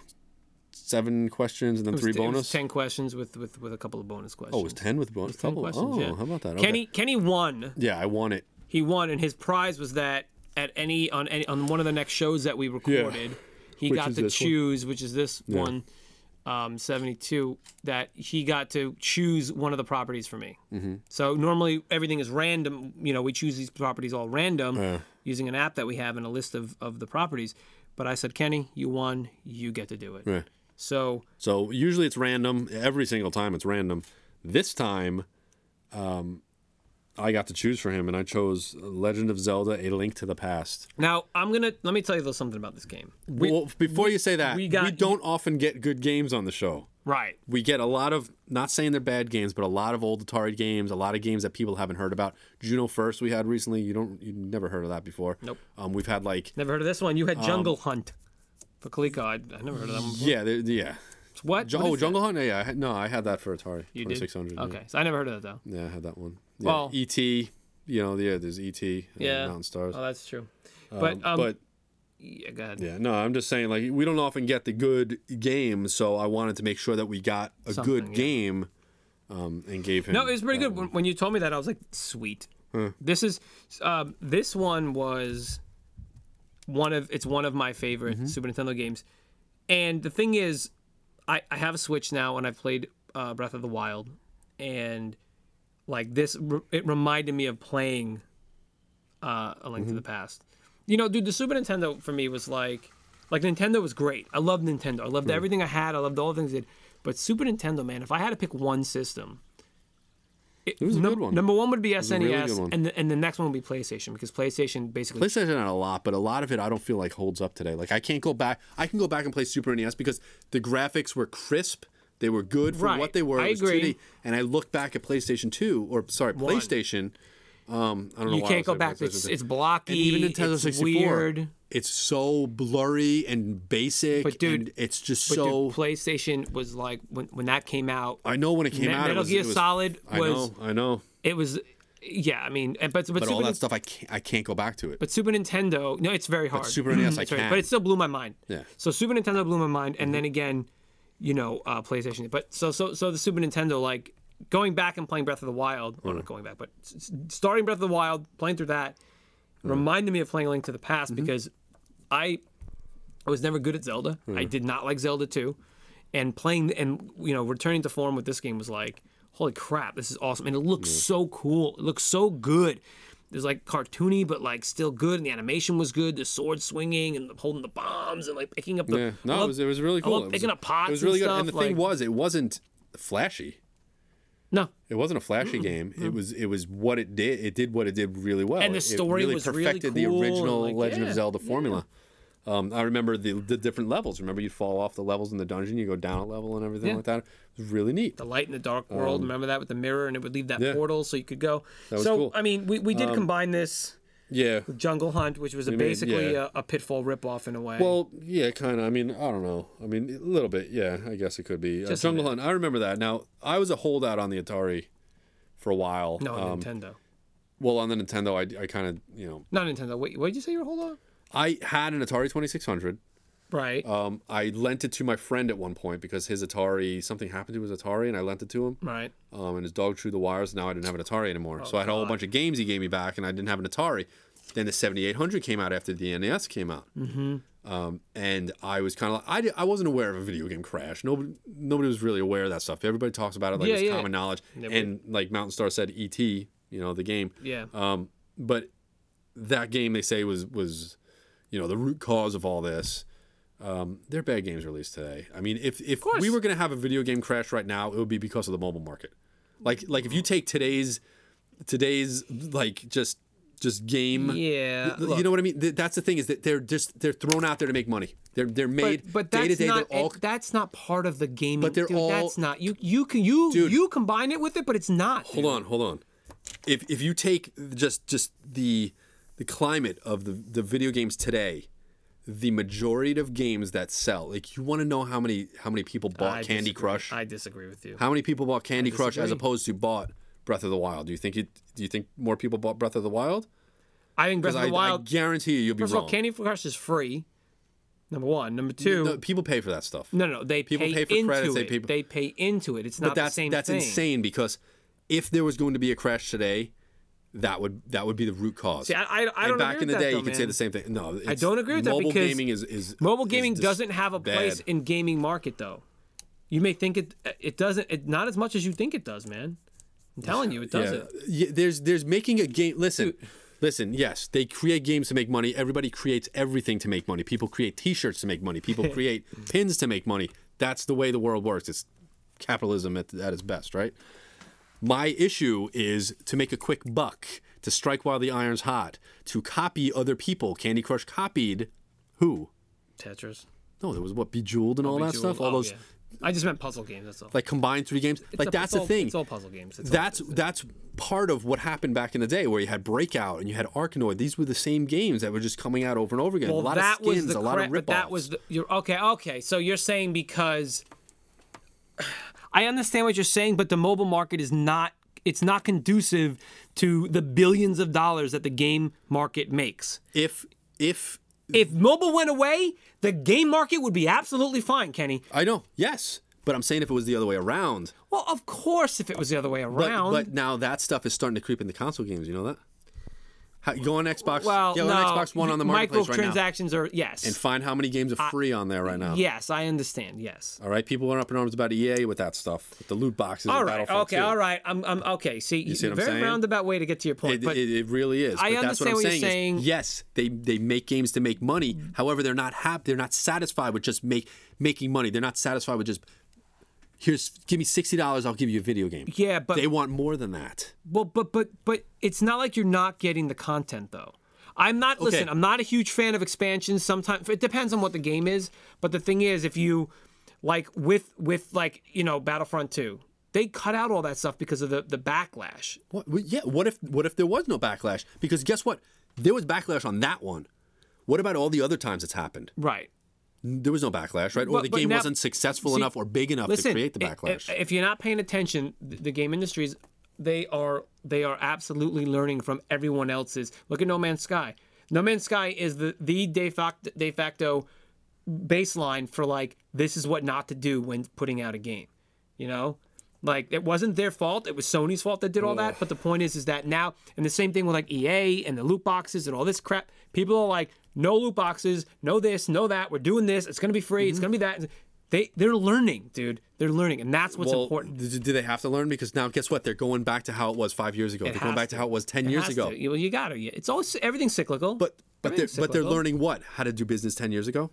Speaker 1: seven questions and then
Speaker 2: It
Speaker 1: three
Speaker 2: was- it was
Speaker 1: bonus.
Speaker 2: ten questions with, with with a couple of bonus questions.
Speaker 1: Oh, it was ten with bonus.
Speaker 2: Ten
Speaker 1: couple.
Speaker 2: questions.
Speaker 1: oh,
Speaker 2: yeah.
Speaker 1: how about that?
Speaker 2: Kenny Kenny won.
Speaker 1: Yeah, I won it.
Speaker 2: He won, and his prize was that at any on any on one of the next shows that we recorded, he
Speaker 1: Which
Speaker 2: got
Speaker 1: is
Speaker 2: to
Speaker 1: this one.
Speaker 2: choose, which is this one, um, seventy two. That he got to choose one of the properties for me. Mm-hmm. So normally everything is random. You know, we choose these properties all random using an app that we have and a list of of the properties. But I said, Kenny, you won. You get to do it.
Speaker 1: Yeah.
Speaker 2: So
Speaker 1: So usually it's random. Every single time it's random. This time, um, I got to choose for him, and I chose Legend of Zelda: A Link to the Past.
Speaker 2: now I'm gonna let me tell you a little something about this game. We-
Speaker 1: well, before you say that,
Speaker 2: we
Speaker 1: we,
Speaker 2: got-
Speaker 1: don't often get good games on the show.
Speaker 2: right.
Speaker 1: We get a lot of not saying they're bad games, but a lot of old Atari games, a lot of games that people haven't heard about. Juno First we had recently. You don't, you never heard of that before.
Speaker 2: Nope.
Speaker 1: Um, we've had like
Speaker 2: Never heard of this one. You had
Speaker 1: Um,
Speaker 2: Jungle Hunt for Coleco. I, I never heard of that one.
Speaker 1: yeah, there- yeah.
Speaker 2: It's What?
Speaker 1: Ju- oh,
Speaker 2: What is that?
Speaker 1: Jungle Hunt. Yeah, yeah, I had- no, I had that for Atari.
Speaker 2: You did?
Speaker 1: 2600. yeah.
Speaker 2: Okay, so I never heard of that though.
Speaker 1: Yeah, I had that one. Yeah.
Speaker 2: Well-
Speaker 1: E.T. You know, yeah, there's E.T. and
Speaker 2: Yeah.
Speaker 1: Mountain Stars.
Speaker 2: Oh, that's true. But um,
Speaker 1: but
Speaker 2: yeah, go ahead.
Speaker 1: yeah, no, I'm just saying like we don't often get the good game, so I wanted to make sure that we got a
Speaker 2: Something,
Speaker 1: good
Speaker 2: yeah.
Speaker 1: game, um, and gave him.
Speaker 2: No, it was pretty
Speaker 1: Um,
Speaker 2: good. When, when you told me that, I was like, sweet. This is um, this one was one of it's one of my favorite
Speaker 1: Mm-hmm.
Speaker 2: Super Nintendo games. And the thing is, I, I have a Switch now, and I've played uh, Breath of the Wild, and like this, re- it reminded me of playing uh, A
Speaker 1: Mm-hmm.
Speaker 2: Link to the Past. You know, dude, the Super Nintendo for me was like, like Nintendo was great. I loved Nintendo. I
Speaker 1: Mm-hmm.
Speaker 2: loved everything I had. I loved all the things I did. But Super Nintendo, man, if I had to pick one system, it,
Speaker 1: was a
Speaker 2: num-
Speaker 1: good one.
Speaker 2: Number one would be
Speaker 1: a
Speaker 2: SNES,
Speaker 1: really good one.
Speaker 2: and the, and the next one would be PlayStation because PlayStation basically
Speaker 1: PlayStation had a lot, but a lot of it I don't feel like holds up today. Like I can't go back. I can go back and play Super NES because the graphics were crisp. They were good for
Speaker 2: Right,
Speaker 1: what they were.
Speaker 2: I
Speaker 1: it was
Speaker 2: agree.
Speaker 1: 2D, and I look back at PlayStation 2, or sorry, PlayStation. Um, I don't know.
Speaker 2: you
Speaker 1: why I
Speaker 2: can't
Speaker 1: was
Speaker 2: go
Speaker 1: saying
Speaker 2: back.
Speaker 1: PlayStation
Speaker 2: It's
Speaker 1: 2.
Speaker 2: it's blocky.
Speaker 1: and even Nintendo
Speaker 2: it's
Speaker 1: 64.
Speaker 2: Weird.
Speaker 1: E, It's so blurry and basic.
Speaker 2: But dude-
Speaker 1: and it's just
Speaker 2: But
Speaker 1: so.
Speaker 2: dude, PlayStation was like when when that came out.
Speaker 1: I know when it came
Speaker 2: Me-
Speaker 1: out.
Speaker 2: Metal
Speaker 1: it was,
Speaker 2: Gear
Speaker 1: it was-
Speaker 2: Solid
Speaker 1: I
Speaker 2: was-
Speaker 1: know. I know.
Speaker 2: It was, yeah. I mean, and- but but,
Speaker 1: But
Speaker 2: Super
Speaker 1: all
Speaker 2: Nin-
Speaker 1: that stuff, I can't. I can't go back to it.
Speaker 2: but Super Nintendo. No, it's very hard.
Speaker 1: Super NES, I
Speaker 2: It's very-
Speaker 1: can.
Speaker 2: But it still blew my mind.
Speaker 1: Yeah. Mm-hmm.
Speaker 2: So Super Nintendo blew my mind, and then again, you know, uh, PlayStation. But so so so the Super Nintendo like going back and playing Breath of the Wild, or
Speaker 1: Mm.
Speaker 2: not going back, but s- s- starting Breath of the Wild, playing through that,
Speaker 1: Mm.
Speaker 2: reminded me of playing Link to the Past
Speaker 1: Mm-hmm.
Speaker 2: because I I was never good at Zelda.
Speaker 1: Hmm.
Speaker 2: I did not like Zelda 2. And playing and you know, returning to form with this game was like, holy crap, this is awesome. And it looks
Speaker 1: Hmm.
Speaker 2: so cool. It looks so good. It was like cartoony, but like still good. And the animation was good. The sword swinging and holding the bombs and like picking up the.
Speaker 1: Yeah. No,
Speaker 2: I
Speaker 1: it
Speaker 2: love-
Speaker 1: was it was really
Speaker 2: I
Speaker 1: cool.
Speaker 2: love
Speaker 1: it was,
Speaker 2: picking up pots.
Speaker 1: It was really good.
Speaker 2: and Stuff,
Speaker 1: and the thing
Speaker 2: like-
Speaker 1: was, it wasn't flashy.
Speaker 2: no,
Speaker 1: It wasn't a flashy game. It was it was what it did. It did what it did really well.
Speaker 2: And the
Speaker 1: It-
Speaker 2: story
Speaker 1: it really
Speaker 2: was really
Speaker 1: perfected
Speaker 2: cool,
Speaker 1: the original
Speaker 2: like,
Speaker 1: Legend
Speaker 2: yeah,
Speaker 1: of Zelda formula. Um, I remember the, the different levels. Remember, you'd fall off the levels in the dungeon, you go down a level and everything
Speaker 2: Yeah.
Speaker 1: like that. It was really neat.
Speaker 2: the light in the dark world. remember that with the mirror, and it would leave that
Speaker 1: Um, yeah.
Speaker 2: portal so you could go.
Speaker 1: was
Speaker 2: so
Speaker 1: cool.
Speaker 2: I mean, we, we did combine this
Speaker 1: Yeah.
Speaker 2: Jungle Hunt, which was a,
Speaker 1: made-
Speaker 2: basically
Speaker 1: yeah.
Speaker 2: a, a pitfall ripoff in a way.
Speaker 1: Well, yeah, kind of. I mean, I don't know. I mean, a little bit. Yeah, I guess it could be. Uh,
Speaker 2: a
Speaker 1: Jungle Hunt. I remember that. Now, I was a holdout on the Atari for a while.
Speaker 2: no,
Speaker 1: Um,
Speaker 2: Nintendo.
Speaker 1: well, on the Nintendo, I, I kind of, you know,
Speaker 2: Not Nintendo. Wait, what did you say? Your hold on. Oh.
Speaker 1: I had an Atari 2600.
Speaker 2: Right.
Speaker 1: Um, I lent it to my friend at one point because his Atari something happened to his Atari, and I lent it to him.
Speaker 2: right.
Speaker 1: Um, and his dog chewed the wires. Now I didn't have an Atari anymore,
Speaker 2: Oh,
Speaker 1: so I had a whole bunch of games he gave me back, and I didn't have an Atari. Then the 7800 came out after the NES came out, mm-hmm. um, and I was kind of like I, di- I wasn't aware of a video game crash. Nobody nobody was really aware of that stuff. Everybody talks about it like
Speaker 2: Yeah,
Speaker 1: it's
Speaker 2: yeah.
Speaker 1: common knowledge. And like Mountain Star said, ET, you know the game.
Speaker 2: Yeah.
Speaker 1: Um, but that game they say was was, you know, the root cause of all this. Um, there are bad games released today. I mean, if if we were going to have a video game crash right now, it would be because of the mobile market. Like like if you take today's today's like just just game.
Speaker 2: Yeah,
Speaker 1: th-
Speaker 2: look.
Speaker 1: you know what I mean. Th- That's the thing is that they're just they're thrown out there to make money. They're they're made
Speaker 2: But, but
Speaker 1: day to
Speaker 2: that's
Speaker 1: day.
Speaker 2: not
Speaker 1: they're all
Speaker 2: it- that's not part of the gaming.
Speaker 1: But they're
Speaker 2: dude,
Speaker 1: all-
Speaker 2: That's not you. You can you
Speaker 1: Dude.
Speaker 2: you combine it with it, but it's not. dude.
Speaker 1: Hold on, hold on. If if you take just just the the climate of the the video games today, the majority of games that sell, like you want to know how many how many people bought
Speaker 2: I
Speaker 1: Candy
Speaker 2: disagree.
Speaker 1: Crush,
Speaker 2: I disagree with you.
Speaker 1: how many people bought Candy Crush as
Speaker 2: disagree.
Speaker 1: opposed to bought Breath of the Wild. Do you think it? Do you think more people bought Breath of the Wild?
Speaker 2: I think Breath of
Speaker 1: Because
Speaker 2: the
Speaker 1: I, I
Speaker 2: Wild.
Speaker 1: guarantee you, you'll be
Speaker 2: first of
Speaker 1: wrong.
Speaker 2: all, Candy Crush is free. Number one. Number two.
Speaker 1: No, people pay for that stuff.
Speaker 2: No, no, they
Speaker 1: People
Speaker 2: pay,
Speaker 1: pay for
Speaker 2: into
Speaker 1: credits,
Speaker 2: it.
Speaker 1: they pay-
Speaker 2: They, pay into it. It's not
Speaker 1: that's
Speaker 2: the same
Speaker 1: that's
Speaker 2: thing.
Speaker 1: insane because if there was going to be a crash today, that would that would be the root cause.
Speaker 2: See, I, I, I
Speaker 1: and
Speaker 2: don't
Speaker 1: back
Speaker 2: agree
Speaker 1: in the
Speaker 2: with that,
Speaker 1: day,
Speaker 2: though,
Speaker 1: you could say
Speaker 2: man.
Speaker 1: the same thing. No, it's,
Speaker 2: don't agree with that
Speaker 1: mobile
Speaker 2: because
Speaker 1: gaming is, is
Speaker 2: Mobile
Speaker 1: is
Speaker 2: gaming
Speaker 1: just
Speaker 2: doesn't have a place
Speaker 1: bad.
Speaker 2: in gaming market though. You may think it it doesn't it, not as much as you think it does, man. I'm telling you, it
Speaker 1: Yeah.
Speaker 2: doesn't.
Speaker 1: Yeah, there's there's making a game. Listen, listen. Yes, they create games to make money. Everybody creates everything to make money. People create T-shirts to make money. People create pins to make money. That's the way the world works. It's capitalism at, at its best, right? My issue is to make a quick buck, to strike while the iron's hot, to copy other people. Candy Crush copied who?
Speaker 2: Tetris.
Speaker 1: No, there was what Bejeweled and all that
Speaker 2: Bejeweled.
Speaker 1: stuff. All
Speaker 2: Oh,
Speaker 1: those
Speaker 2: yeah. I just meant puzzle games. That's all.
Speaker 1: like combined three games.
Speaker 2: It's
Speaker 1: like
Speaker 2: a-
Speaker 1: that's
Speaker 2: it's
Speaker 1: the
Speaker 2: all-
Speaker 1: thing.
Speaker 2: It's all puzzle games. It's all-
Speaker 1: that's that's part of what happened back in the day where you had Breakout and you had Arkanoid. These were the same games that were just coming out over and over again. a lot
Speaker 2: that
Speaker 1: of skins,
Speaker 2: was the
Speaker 1: a lot
Speaker 2: correct,
Speaker 1: of
Speaker 2: but
Speaker 1: rip
Speaker 2: That was the, you're okay. Okay, so you're saying because I understand what you're saying, but the mobile market is not it's not conducive to the billions of dollars that the game market makes.
Speaker 1: if if
Speaker 2: If mobile went away, the game market would be absolutely fine, Kenny.
Speaker 1: I know, yes. But I'm saying if it was the other way around.
Speaker 2: Well, of course, if it was the other way
Speaker 1: But,
Speaker 2: around.
Speaker 1: but now that stuff is starting to creep into console games, you know that? How, go on Xbox
Speaker 2: well,
Speaker 1: go
Speaker 2: no,
Speaker 1: on Xbox One on the marketplace right now.
Speaker 2: microtransactions are yes,
Speaker 1: And find how many games are free on there right now.
Speaker 2: yes, I understand. Yes.
Speaker 1: All right, people are up in arms about EA with that stuff, with the loot boxes.
Speaker 2: All
Speaker 1: and
Speaker 2: right.
Speaker 1: Battlefront
Speaker 2: Okay.
Speaker 1: 2.
Speaker 2: All right. I'm. I'm. Okay. See, you
Speaker 1: see what I'm
Speaker 2: very
Speaker 1: saying?
Speaker 2: roundabout way to get to your point.
Speaker 1: It,
Speaker 2: but
Speaker 1: it, it really is.
Speaker 2: I
Speaker 1: but that's what I'm
Speaker 2: understand what you're
Speaker 1: saying.
Speaker 2: saying. Mm-hmm.
Speaker 1: Is, yes, they they make games to make money. However, they're not happy. They're not satisfied with just make making money. They're not satisfied with just here's give me sixty dollars. I'll give you a video game.
Speaker 2: Yeah, but-
Speaker 1: they want more than that.
Speaker 2: Well, but but but it's not like you're not getting the content though. I'm not listen. I'm not a huge fan of expansions. Sometimes it depends on what the game is. But the thing is, if you like with with like you know Battlefront Two, they cut out all that stuff because of the the backlash.
Speaker 1: What, well, yeah. What if what if there was no backlash? Because guess what? There was backlash on that one. What about all the other times it's happened?
Speaker 2: Right.
Speaker 1: There was no backlash, right? Or
Speaker 2: Well,
Speaker 1: the
Speaker 2: but
Speaker 1: game
Speaker 2: now-
Speaker 1: wasn't successful
Speaker 2: see,
Speaker 1: enough or big enough
Speaker 2: Listen,
Speaker 1: to create the
Speaker 2: i- i-
Speaker 1: backlash.
Speaker 2: If you're not paying attention, th- the game industries they are they are absolutely learning from everyone else's. Look at No Man's Sky. No Man's Sky is the the de facto, de facto baseline for like this is what not to do when putting out a game. You know, Like it wasn't their fault; it was Sony's fault that did all that. But the point is, is that now, and the same thing with like EA and the loot boxes and all this crap. People are like, no loot boxes, no this, no that. We're doing this. It's gonna be free.
Speaker 1: Mm-hmm.
Speaker 2: It's gonna be that. They they're learning, dude. They're learning, and that's what's
Speaker 1: well,
Speaker 2: important.
Speaker 1: d- do they have to learn? Because now, guess what? They're going back to how it was five years ago. They're going
Speaker 2: has
Speaker 1: back to.
Speaker 2: to.
Speaker 1: how it was ten
Speaker 2: It
Speaker 1: years
Speaker 2: has
Speaker 1: ago.
Speaker 2: to. You, well, you gotta. yeah. It's all everything's cyclical.
Speaker 1: But but they're,
Speaker 2: Everything's
Speaker 1: but they're
Speaker 2: cyclical.
Speaker 1: learning what? How to do business ten years ago?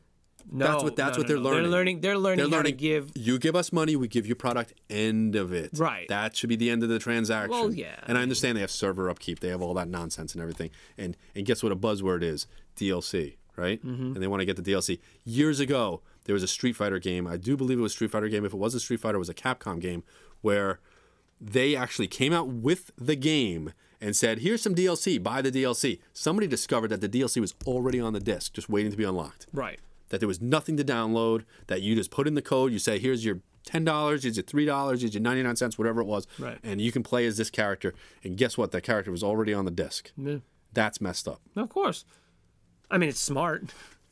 Speaker 2: No,
Speaker 1: that's what- that's
Speaker 2: no,
Speaker 1: what
Speaker 2: no,
Speaker 1: they're
Speaker 2: no.
Speaker 1: learning.
Speaker 2: They're learning. They're learning.
Speaker 1: They're
Speaker 2: how
Speaker 1: learning.
Speaker 2: to give.
Speaker 1: You give us money, we give you product. End of it.
Speaker 2: Right.
Speaker 1: That should be the end of the transaction.
Speaker 2: Well, yeah.
Speaker 1: And I understand they have server upkeep. They have all that nonsense and everything. And and guess what? A buzzword is DLC, right?
Speaker 2: Mm-hmm.
Speaker 1: And they want to get the DLC. Years ago, there was a Street Fighter game. I do believe it was a Street Fighter game. If it wasn't Street Fighter, it was a Capcom game where they actually came out with the game and said, "Here's some DLC. Buy the DLC." Somebody discovered that the DLC was already on the disc, just waiting to be unlocked
Speaker 2: Right.
Speaker 1: that there was nothing to download, that you just put in the code, you say, here's your $10, here's your $3, here's your 99 cents, whatever it was,
Speaker 2: Right.
Speaker 1: and you can play as this character. And guess what? That character was already on the disc. That's messed up.
Speaker 2: Of course. I mean, it's smart.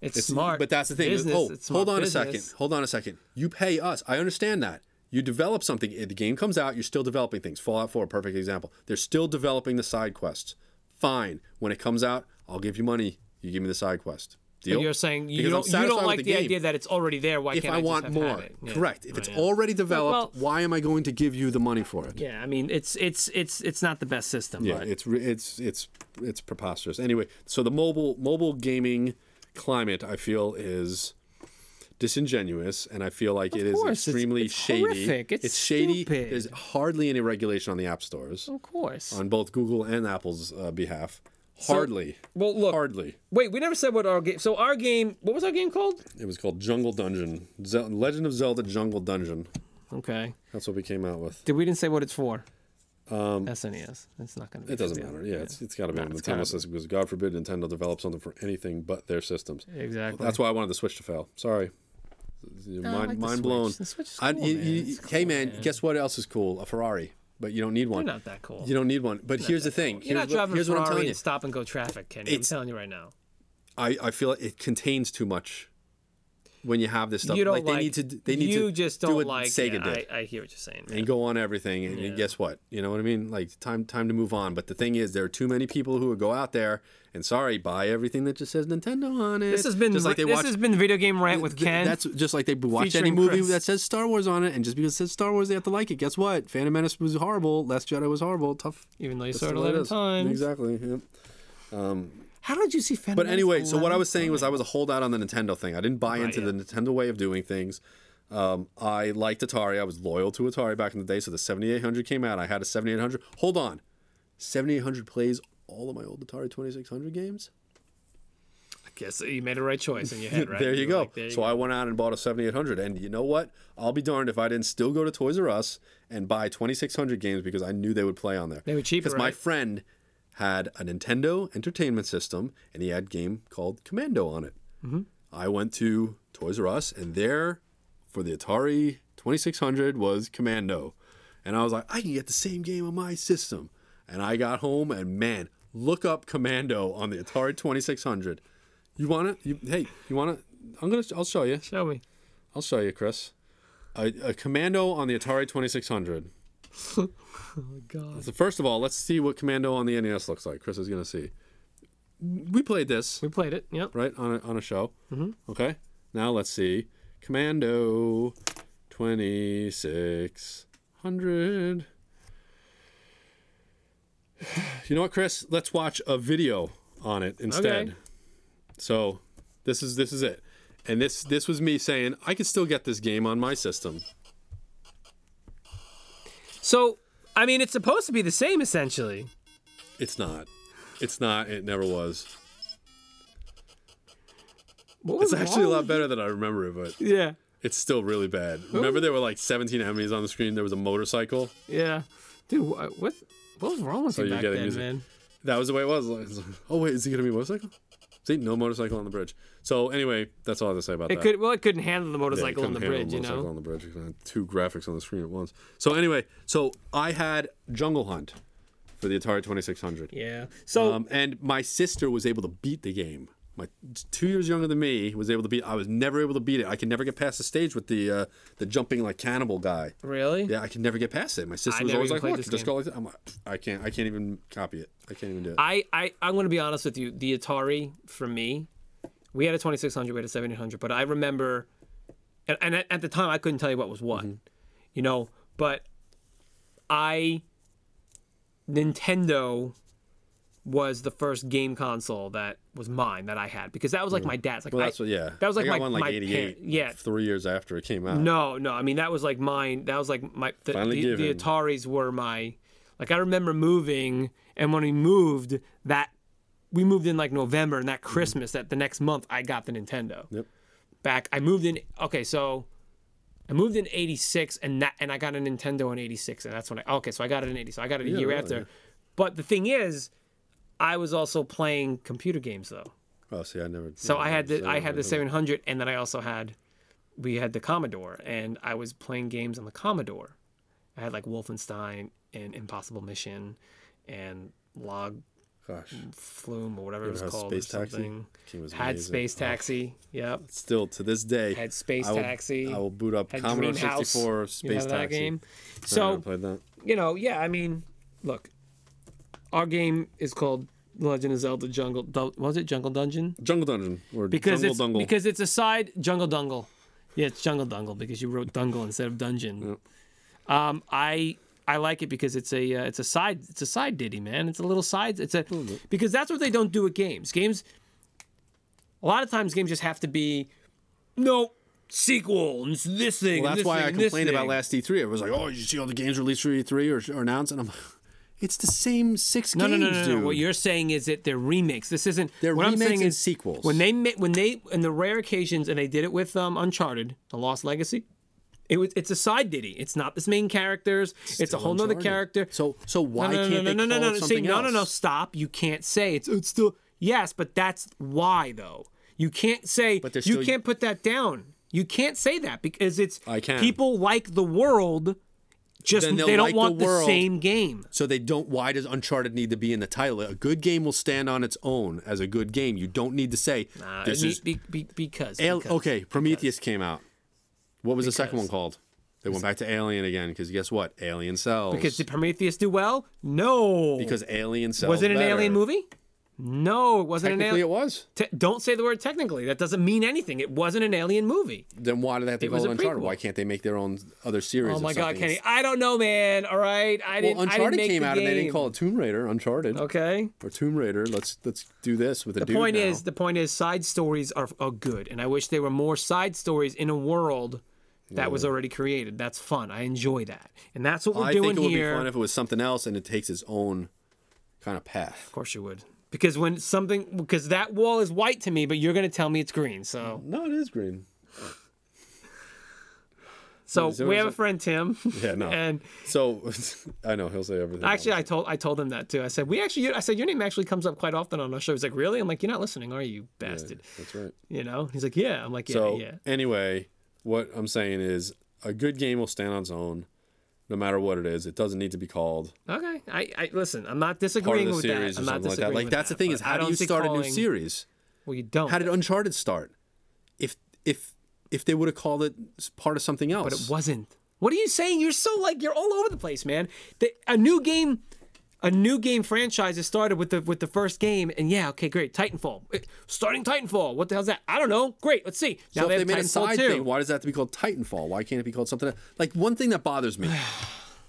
Speaker 2: It's, smart.
Speaker 1: But that's the thing.
Speaker 2: Business,
Speaker 1: oh,
Speaker 2: it's smart
Speaker 1: hold on
Speaker 2: business.
Speaker 1: a second. Hold on a second. You pay us. I understand that. You develop something. eh, The game comes out. You're still developing things. Fallout 4, perfect example. They're still developing the side quests. Fine. When it comes out, I'll give you money. You give me the side quest. Deal?
Speaker 2: But You're saying you
Speaker 1: Because I'm
Speaker 2: don't, you
Speaker 1: satisfied
Speaker 2: don't
Speaker 1: with
Speaker 2: like the,
Speaker 1: game.
Speaker 2: idea that it's already there. Why
Speaker 1: if
Speaker 2: can't
Speaker 1: I,
Speaker 2: I, just
Speaker 1: want
Speaker 2: have
Speaker 1: more.
Speaker 2: had it? Yeah.
Speaker 1: Correct. If
Speaker 2: Right,
Speaker 1: it's
Speaker 2: yeah.
Speaker 1: already developed,
Speaker 2: well-
Speaker 1: why am I going to give you the money for it?
Speaker 2: Yeah, I mean, it's it's it's it's not the best system.
Speaker 1: Yeah,
Speaker 2: but-
Speaker 1: it's re- it's it's it's preposterous. Anyway, so the mobile mobile gaming climate, I feel, is disingenuous, and I feel like it is
Speaker 2: course, it's-
Speaker 1: extremely
Speaker 2: it's
Speaker 1: shady.
Speaker 2: horrific, it's
Speaker 1: shady.
Speaker 2: stupid.
Speaker 1: There's hardly any regulation on the app stores
Speaker 2: of course.
Speaker 1: on both Google and Apple's uh, behalf. Hardly.
Speaker 2: well, look.
Speaker 1: hardly.
Speaker 2: Wait, we never said what our game. So our game. What was our game called?
Speaker 1: It was called Jungle Dungeon, Zel Legend of Zelda Jungle Dungeon.
Speaker 2: Okay.
Speaker 1: That's what we came out with.
Speaker 2: Did we didn't say what it's for? Um, SNES. It's not going to be.
Speaker 1: It doesn't matter. Yeah, it's, it's got to be on
Speaker 2: it's
Speaker 1: Nintendo
Speaker 2: gotta be.
Speaker 1: system because God forbid Nintendo develops something for anything but their systems.
Speaker 2: Exactly.
Speaker 1: That's why I wanted the Switch to fail. Sorry. mind
Speaker 2: like the
Speaker 1: mind
Speaker 2: Switch.
Speaker 1: blown.
Speaker 2: The Switch is
Speaker 1: I-
Speaker 2: cool,
Speaker 1: you-
Speaker 2: man.
Speaker 1: you-
Speaker 2: It's
Speaker 1: hey man, guess what else is cool? A Ferrari, but you don't need one.
Speaker 2: You're not that cool.
Speaker 1: You don't need one. But here's the thing. here's
Speaker 2: You're not driving
Speaker 1: what, here's
Speaker 2: a
Speaker 1: what
Speaker 2: Ferrari
Speaker 1: I'm telling you.
Speaker 2: in stop and go traffic, Kenny.
Speaker 1: It's-
Speaker 2: I'm telling you right now.
Speaker 1: I, I feel it contains too much when you have this stuff.
Speaker 2: You
Speaker 1: like,
Speaker 2: don't
Speaker 1: they need to d- they need
Speaker 2: you
Speaker 1: to
Speaker 2: just
Speaker 1: do
Speaker 2: don't
Speaker 1: what
Speaker 2: like.
Speaker 1: Sega
Speaker 2: yeah,
Speaker 1: did.
Speaker 2: I, I hear what you're saying. man.
Speaker 1: and go on everything and and guess what you know what i mean like time time to move on but the thing is there are too many people who would go out there and sorry buy everything that just says nintendo on it
Speaker 2: This has been
Speaker 1: just like they
Speaker 2: this
Speaker 1: watch
Speaker 2: has been video game rant with
Speaker 1: th-
Speaker 2: Ken.
Speaker 1: that's just like they watch any
Speaker 2: featuring
Speaker 1: movie
Speaker 2: Chris.
Speaker 1: that says star wars on it and just because it says star wars they have to like it guess what phantom menace was horrible last jedi was horrible tough
Speaker 2: even though you
Speaker 1: That's
Speaker 2: saw it
Speaker 1: the way
Speaker 2: 11
Speaker 1: is.
Speaker 2: times.
Speaker 1: exactly yeah.
Speaker 2: How did you see Phantom?
Speaker 1: But
Speaker 2: Menace
Speaker 1: anyway, so what I
Speaker 2: 11
Speaker 1: was saying was I was a holdout on the Nintendo thing. I didn't buy into
Speaker 2: yeah.
Speaker 1: the Nintendo way of doing things. Um, I liked Atari. I was loyal to Atari back in the day. So the 7800 came out. I had a 7800. Hold on, 7800 plays all of my old Atari 2600 games.
Speaker 2: I guess you made the right choice in your head, right?
Speaker 1: There you
Speaker 2: were
Speaker 1: go.
Speaker 2: like, there you
Speaker 1: so I went out and bought a 7800. And you know what? I'll be darned if I didn't still go to Toys R Us and buy 2600 games because I knew they would play on there.
Speaker 2: They were cheaper,
Speaker 1: Because my
Speaker 2: right?
Speaker 1: friend had a Nintendo Entertainment System and he had a game called Commando on it. I went to Toys R Us and there for the Atari 2600 was Commando. And I was like, I can get the same game on my system. And I got home and man, look up Commando on the Atari 2600. You want it? You, hey, you want it? I'm gonna. I'll show you.
Speaker 2: Show me.
Speaker 1: I'll show you, Chris. A, a Commando on the Atari 2600.
Speaker 2: Oh God.
Speaker 1: So first of all, let's see what Commando on the NES looks like. Chris is gonna see. We played this
Speaker 2: We played it. Yep.
Speaker 1: right on a, on a show. Mm-hmm. Okay. Now let's see Commando 2600. You know what, Chris? Let's watch a video on it instead.
Speaker 2: Okay.
Speaker 1: So this is this is it. And this this was me saying I could still get this game on my system.
Speaker 2: So I mean, it's supposed to be the same essentially.
Speaker 1: It's not. It's not. It never was.
Speaker 2: What
Speaker 1: It's
Speaker 2: was
Speaker 1: actually a
Speaker 2: wrong?
Speaker 1: lot better than I remember it, but
Speaker 2: Yeah.
Speaker 1: it's still really bad. Remember there were like 17 enemies on the screen. There was a motorcycle.
Speaker 2: Yeah. Dude, what what, what was wrong with you
Speaker 1: you're
Speaker 2: back
Speaker 1: getting
Speaker 2: then,
Speaker 1: music.
Speaker 2: man?
Speaker 1: That was the way it was. Like, it's like, oh wait, is he gonna be a motorcycle? See, no motorcycle on the bridge. So anyway, that's all I have to say about
Speaker 2: It
Speaker 1: that.
Speaker 2: could well, it couldn't handle the
Speaker 1: Yeah, you
Speaker 2: motorcycle on
Speaker 1: couldn't
Speaker 2: the
Speaker 1: handle a
Speaker 2: bridge, you
Speaker 1: motorcycle
Speaker 2: know.
Speaker 1: on the bridge. You had two graphics on the screen at once. So anyway, so I had Jungle Hunt for the Atari Um, 2600,
Speaker 2: Yeah. So
Speaker 1: um, and my sister was able to beat the game my two years younger than me was able to beat. I was never able to beat it. I could never get past the stage with the uh, the jumping like cannibal guy.
Speaker 2: Really?
Speaker 1: Yeah, I could never get past it. My
Speaker 2: I
Speaker 1: sister was
Speaker 2: never
Speaker 1: always
Speaker 2: even
Speaker 1: like,
Speaker 2: played
Speaker 1: "Look,
Speaker 2: this
Speaker 1: just
Speaker 2: game.
Speaker 1: go like that." I'm like, I can't. I can't even copy it. I can't even do it.
Speaker 2: I, I I'm gonna be honest with you. The Atari for me, we had a 2600, we had a 1700, but I remember, and, and at, at the time I couldn't tell you what was what,
Speaker 1: Mm-hmm.
Speaker 2: you know. But I Nintendo was the first game console that was mine that I had because that was like my dad's. Like
Speaker 1: Mm-hmm. well,
Speaker 2: I-
Speaker 1: that's what. Yeah,
Speaker 2: that was like
Speaker 1: I got
Speaker 2: my
Speaker 1: one like
Speaker 2: my
Speaker 1: '88.
Speaker 2: parent- yeah,
Speaker 1: three years after it came out.
Speaker 2: no, no. I mean, that was like mine. That was like my the,
Speaker 1: Finally
Speaker 2: the, the
Speaker 1: given.
Speaker 2: Ataris were my. Like I remember moving, and when we moved, that we moved in like November, and that Christmas, that the next month, I got the Nintendo.
Speaker 1: Mm-hmm. Yep.
Speaker 2: Back, I moved in. Okay, so I moved in '86, and that, and I got a Nintendo in '86, and that's when I. Okay, so I got it in '80. So I got it a year
Speaker 1: really.
Speaker 2: after. But the thing is, I was also playing computer games though.
Speaker 1: Oh, see, I never.
Speaker 2: So I had the I had the 700, and then I also had we had the Commodore, and I was playing games on the Commodore. I had like Wolfenstein and Impossible Mission, and Log
Speaker 1: Gosh,
Speaker 2: Flume or whatever it was
Speaker 1: had
Speaker 2: called.
Speaker 1: Space
Speaker 2: or
Speaker 1: Taxi?
Speaker 2: something.
Speaker 1: King was
Speaker 2: Had
Speaker 1: amazing.
Speaker 2: Space Taxi. Yep.
Speaker 1: still to this day.
Speaker 2: Had Space
Speaker 1: I will-
Speaker 2: Taxi.
Speaker 1: I will boot up
Speaker 2: Had
Speaker 1: Commodore
Speaker 2: Dream House.
Speaker 1: 64
Speaker 2: you know
Speaker 1: Space
Speaker 2: that
Speaker 1: Taxi.
Speaker 2: game.
Speaker 1: I
Speaker 2: So
Speaker 1: never played that.
Speaker 2: you know, yeah. I mean, look, our game is called Legend of Zelda Jungle. Dun- what was it Jungle Dungeon?
Speaker 1: Jungle Dungeon or
Speaker 2: because
Speaker 1: Jungle
Speaker 2: it's
Speaker 1: Dungle.
Speaker 2: because it's a side jungle dungle. Yeah, it's jungle dungle because you wrote dungle instead of dungeon. Um, I I like it because it's a uh, it's a side it's a side ditty, man. It's a little side. It's a because that's what they don't do with games. Games, a lot of times games just have to be no sequel and it's this thing.
Speaker 1: Well, that's
Speaker 2: and this
Speaker 1: why
Speaker 2: thing
Speaker 1: I
Speaker 2: and this
Speaker 1: complained about
Speaker 2: thing.
Speaker 1: last E3. It was like, oh, you see all the games released for E3 or, or announced, and I'm, like, it's the same six
Speaker 2: No, no,
Speaker 1: games,
Speaker 2: no, no, no.
Speaker 1: dude.
Speaker 2: What you're saying is that they're remakes. This isn't.
Speaker 1: They're
Speaker 2: what I'm
Speaker 1: remakes
Speaker 2: saying
Speaker 1: and
Speaker 2: is
Speaker 1: sequels.
Speaker 2: When they ma- when they in the rare occasions and they did it with um, Uncharted, The Lost Legacy. It was, it's a side ditty. It's not this main characters. it's a
Speaker 1: Still
Speaker 2: whole nother
Speaker 1: Uncharted.
Speaker 2: character.
Speaker 1: So, so why
Speaker 2: no, no,
Speaker 1: can't
Speaker 2: no,
Speaker 1: they call
Speaker 2: no, no, no,
Speaker 1: it
Speaker 2: no. See,
Speaker 1: something
Speaker 2: no,
Speaker 1: else?
Speaker 2: no, no. Stop. You can't say it's it's still yes, but that's why though. You can't say
Speaker 1: But they're
Speaker 2: you
Speaker 1: still-
Speaker 2: can't put that down. You can't say that because it's
Speaker 1: I can.
Speaker 2: people like the world. Just
Speaker 1: Then
Speaker 2: they
Speaker 1: they'll
Speaker 2: don't
Speaker 1: like the
Speaker 2: want the,
Speaker 1: world.
Speaker 2: same game.
Speaker 1: So they don't. Why does Uncharted need to be in the title? A good game will stand on its own as a good game. You don't need to say
Speaker 2: Uh,
Speaker 1: this
Speaker 2: be-
Speaker 1: is.
Speaker 2: be- be- because,
Speaker 1: Al-
Speaker 2: because-
Speaker 1: okay, Prometheus came out. What was the second one
Speaker 2: Because-
Speaker 1: called? They went back to Alien again because guess what? Alien sells.
Speaker 2: Because did Prometheus do well? No.
Speaker 1: because Alien sells.
Speaker 2: was it an
Speaker 1: better.
Speaker 2: alien movie? No, it wasn't an
Speaker 1: Technically,
Speaker 2: alien.
Speaker 1: it was.
Speaker 2: Te- don't say the word technically. That doesn't mean anything. It wasn't an alien movie.
Speaker 1: Then why do they have to
Speaker 2: It
Speaker 1: call
Speaker 2: was
Speaker 1: it
Speaker 2: a
Speaker 1: Uncharted?
Speaker 2: prequel.
Speaker 1: Why can't they make their own other series?
Speaker 2: Oh
Speaker 1: of
Speaker 2: my God,
Speaker 1: something?
Speaker 2: Kenny. I don't know, man. All right, I didn't.
Speaker 1: Well,
Speaker 2: I didn't
Speaker 1: Uncharted
Speaker 2: make
Speaker 1: came
Speaker 2: the
Speaker 1: out
Speaker 2: game.
Speaker 1: and they didn't call it Tomb Raider. Uncharted
Speaker 2: Okay.
Speaker 1: or Tomb Raider. Let's let's do this with a
Speaker 2: The
Speaker 1: dude
Speaker 2: point
Speaker 1: now.
Speaker 2: is, the point is, side stories are, are good, and I wish there were more side stories in a world that was already created. That's fun. I enjoy that, and that's what we're
Speaker 1: I
Speaker 2: doing
Speaker 1: think it would
Speaker 2: here.
Speaker 1: be fun if it was something else and it takes its own kind of path.
Speaker 2: Of course you would. Because when something, because that wall is white to me, but you're going to tell me it's green. So,
Speaker 1: No, it is green.
Speaker 2: so
Speaker 1: so
Speaker 2: we
Speaker 1: is
Speaker 2: have a
Speaker 1: it-
Speaker 2: friend Tim,
Speaker 1: Yeah, no.
Speaker 2: and
Speaker 1: so I know he'll say everything.
Speaker 2: actually I told I told him that too. I said we actually, I said your name actually comes up quite often on our show. He's like, really? I'm like, you're not listening, are you, bastard?
Speaker 1: that's right.
Speaker 2: You know? He's like, yeah. I'm like, yeah,
Speaker 1: So
Speaker 2: yeah.
Speaker 1: anyway, what I'm saying is a good game will stand on its own, no matter what it is. It doesn't need to be called
Speaker 2: Okay. I, I listen. I'm not
Speaker 1: part of
Speaker 2: disagreeing
Speaker 1: the
Speaker 2: with
Speaker 1: series or
Speaker 2: that. I'm not
Speaker 1: something like
Speaker 2: disagreeing
Speaker 1: that. Like
Speaker 2: with
Speaker 1: that's the
Speaker 2: that,
Speaker 1: thing
Speaker 2: but
Speaker 1: is,
Speaker 2: I
Speaker 1: how do
Speaker 2: don't
Speaker 1: you
Speaker 2: see
Speaker 1: start a new
Speaker 2: calling-
Speaker 1: series?
Speaker 2: Well, you don't.
Speaker 1: How did Uncharted start? If if if they would have called it s- part of something else,
Speaker 2: It wasn't. What are you saying? You're so like you're all over the place, man. The, a new game, a new game franchise is started with the with the first game, and yeah, okay, great. Titanfall, Eh, starting Titanfall. What the hell's that? I don't know. Great, let's see.
Speaker 1: So
Speaker 2: Now
Speaker 1: if they
Speaker 2: have
Speaker 1: made a
Speaker 2: Titanfall
Speaker 1: side
Speaker 2: 2.
Speaker 1: thing, why does that have to be called Titanfall? Why can't it be called something? else? Like one thing that bothers me,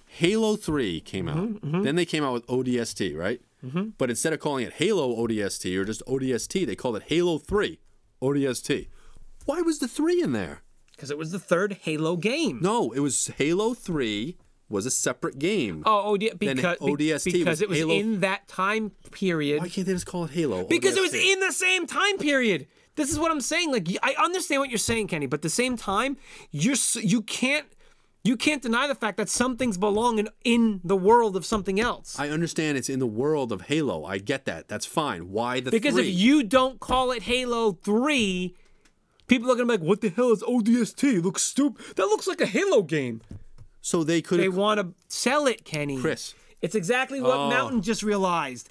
Speaker 1: Halo Three came out.
Speaker 2: Mm-hmm,
Speaker 1: Then they came out with ODST, right? But instead of calling it Halo ODST or just ODST, they called it Halo Three ODST. Why was the three in there?
Speaker 2: Because it was the third Halo game.
Speaker 1: No, it was Halo Three was a separate game.
Speaker 2: Oh, OD, because, be-
Speaker 1: ODST was
Speaker 2: because it was
Speaker 1: Halo-
Speaker 2: in that time period.
Speaker 1: Why can't they just call it Halo?
Speaker 2: because it was
Speaker 1: ODST?
Speaker 2: in the same time period. This is what I'm saying. Like I understand what you're saying, Kenny, but at the same time, you're s- you can't you can't deny the fact that some things belong in, in the world of something else.
Speaker 1: I understand it's in the world of Halo. I get that. That's fine. Why the
Speaker 2: because
Speaker 1: three?
Speaker 2: if you don't call it Halo Three, people are gonna be like, "What the hell is ODST? Looks stupid. That looks like a Halo game."
Speaker 1: so they could
Speaker 2: They
Speaker 1: have
Speaker 2: want to sell it, Kenny.
Speaker 1: Chris. Oh.
Speaker 2: it's exactly what Mountain just realized.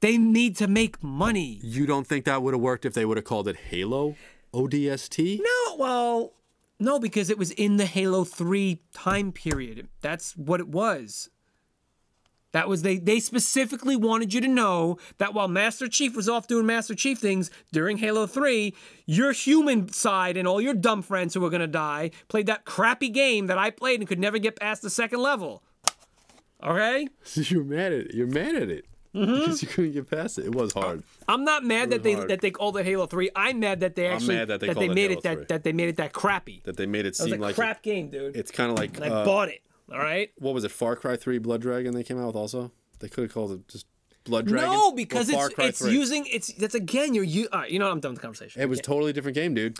Speaker 2: They need to make money.
Speaker 1: You don't think that would have worked if they would have called it Halo ODST?
Speaker 2: No, well, no, because it was in the Halo 3 time period. That's what it was. That was they they specifically wanted you to know that while Master Chief was off doing Master Chief things during Halo 3, your human side and all your dumb friends who were gonna die played that crappy game that I played and could never get past the second level. Okay?
Speaker 1: You're mad at it. You're mad at it.
Speaker 2: Mm-hmm.
Speaker 1: Because you couldn't get past it. It was hard.
Speaker 2: I'm not mad that they
Speaker 1: hard.
Speaker 2: that they called it Halo 3. I'm mad that they actually
Speaker 1: mad that they
Speaker 2: they
Speaker 1: called it
Speaker 2: made
Speaker 1: Halo
Speaker 2: it that
Speaker 1: 3.
Speaker 2: that they made it that crappy.
Speaker 1: That they made it
Speaker 2: It
Speaker 1: seem
Speaker 2: was a
Speaker 1: like
Speaker 2: crap game, dude.
Speaker 1: it- it's kind of like
Speaker 2: and I
Speaker 1: uh,
Speaker 2: bought it. All right.
Speaker 1: what was it? Far Cry 3 Blood Dragon they came out with also. They could have called it just Blood Dragon.
Speaker 2: No,
Speaker 1: or
Speaker 2: because
Speaker 1: Far
Speaker 2: it's
Speaker 1: Cry
Speaker 2: it's
Speaker 1: 3.
Speaker 2: using it's that's again you're you. All right, you know what? I'm done with the conversation.
Speaker 1: It was totally different game, dude.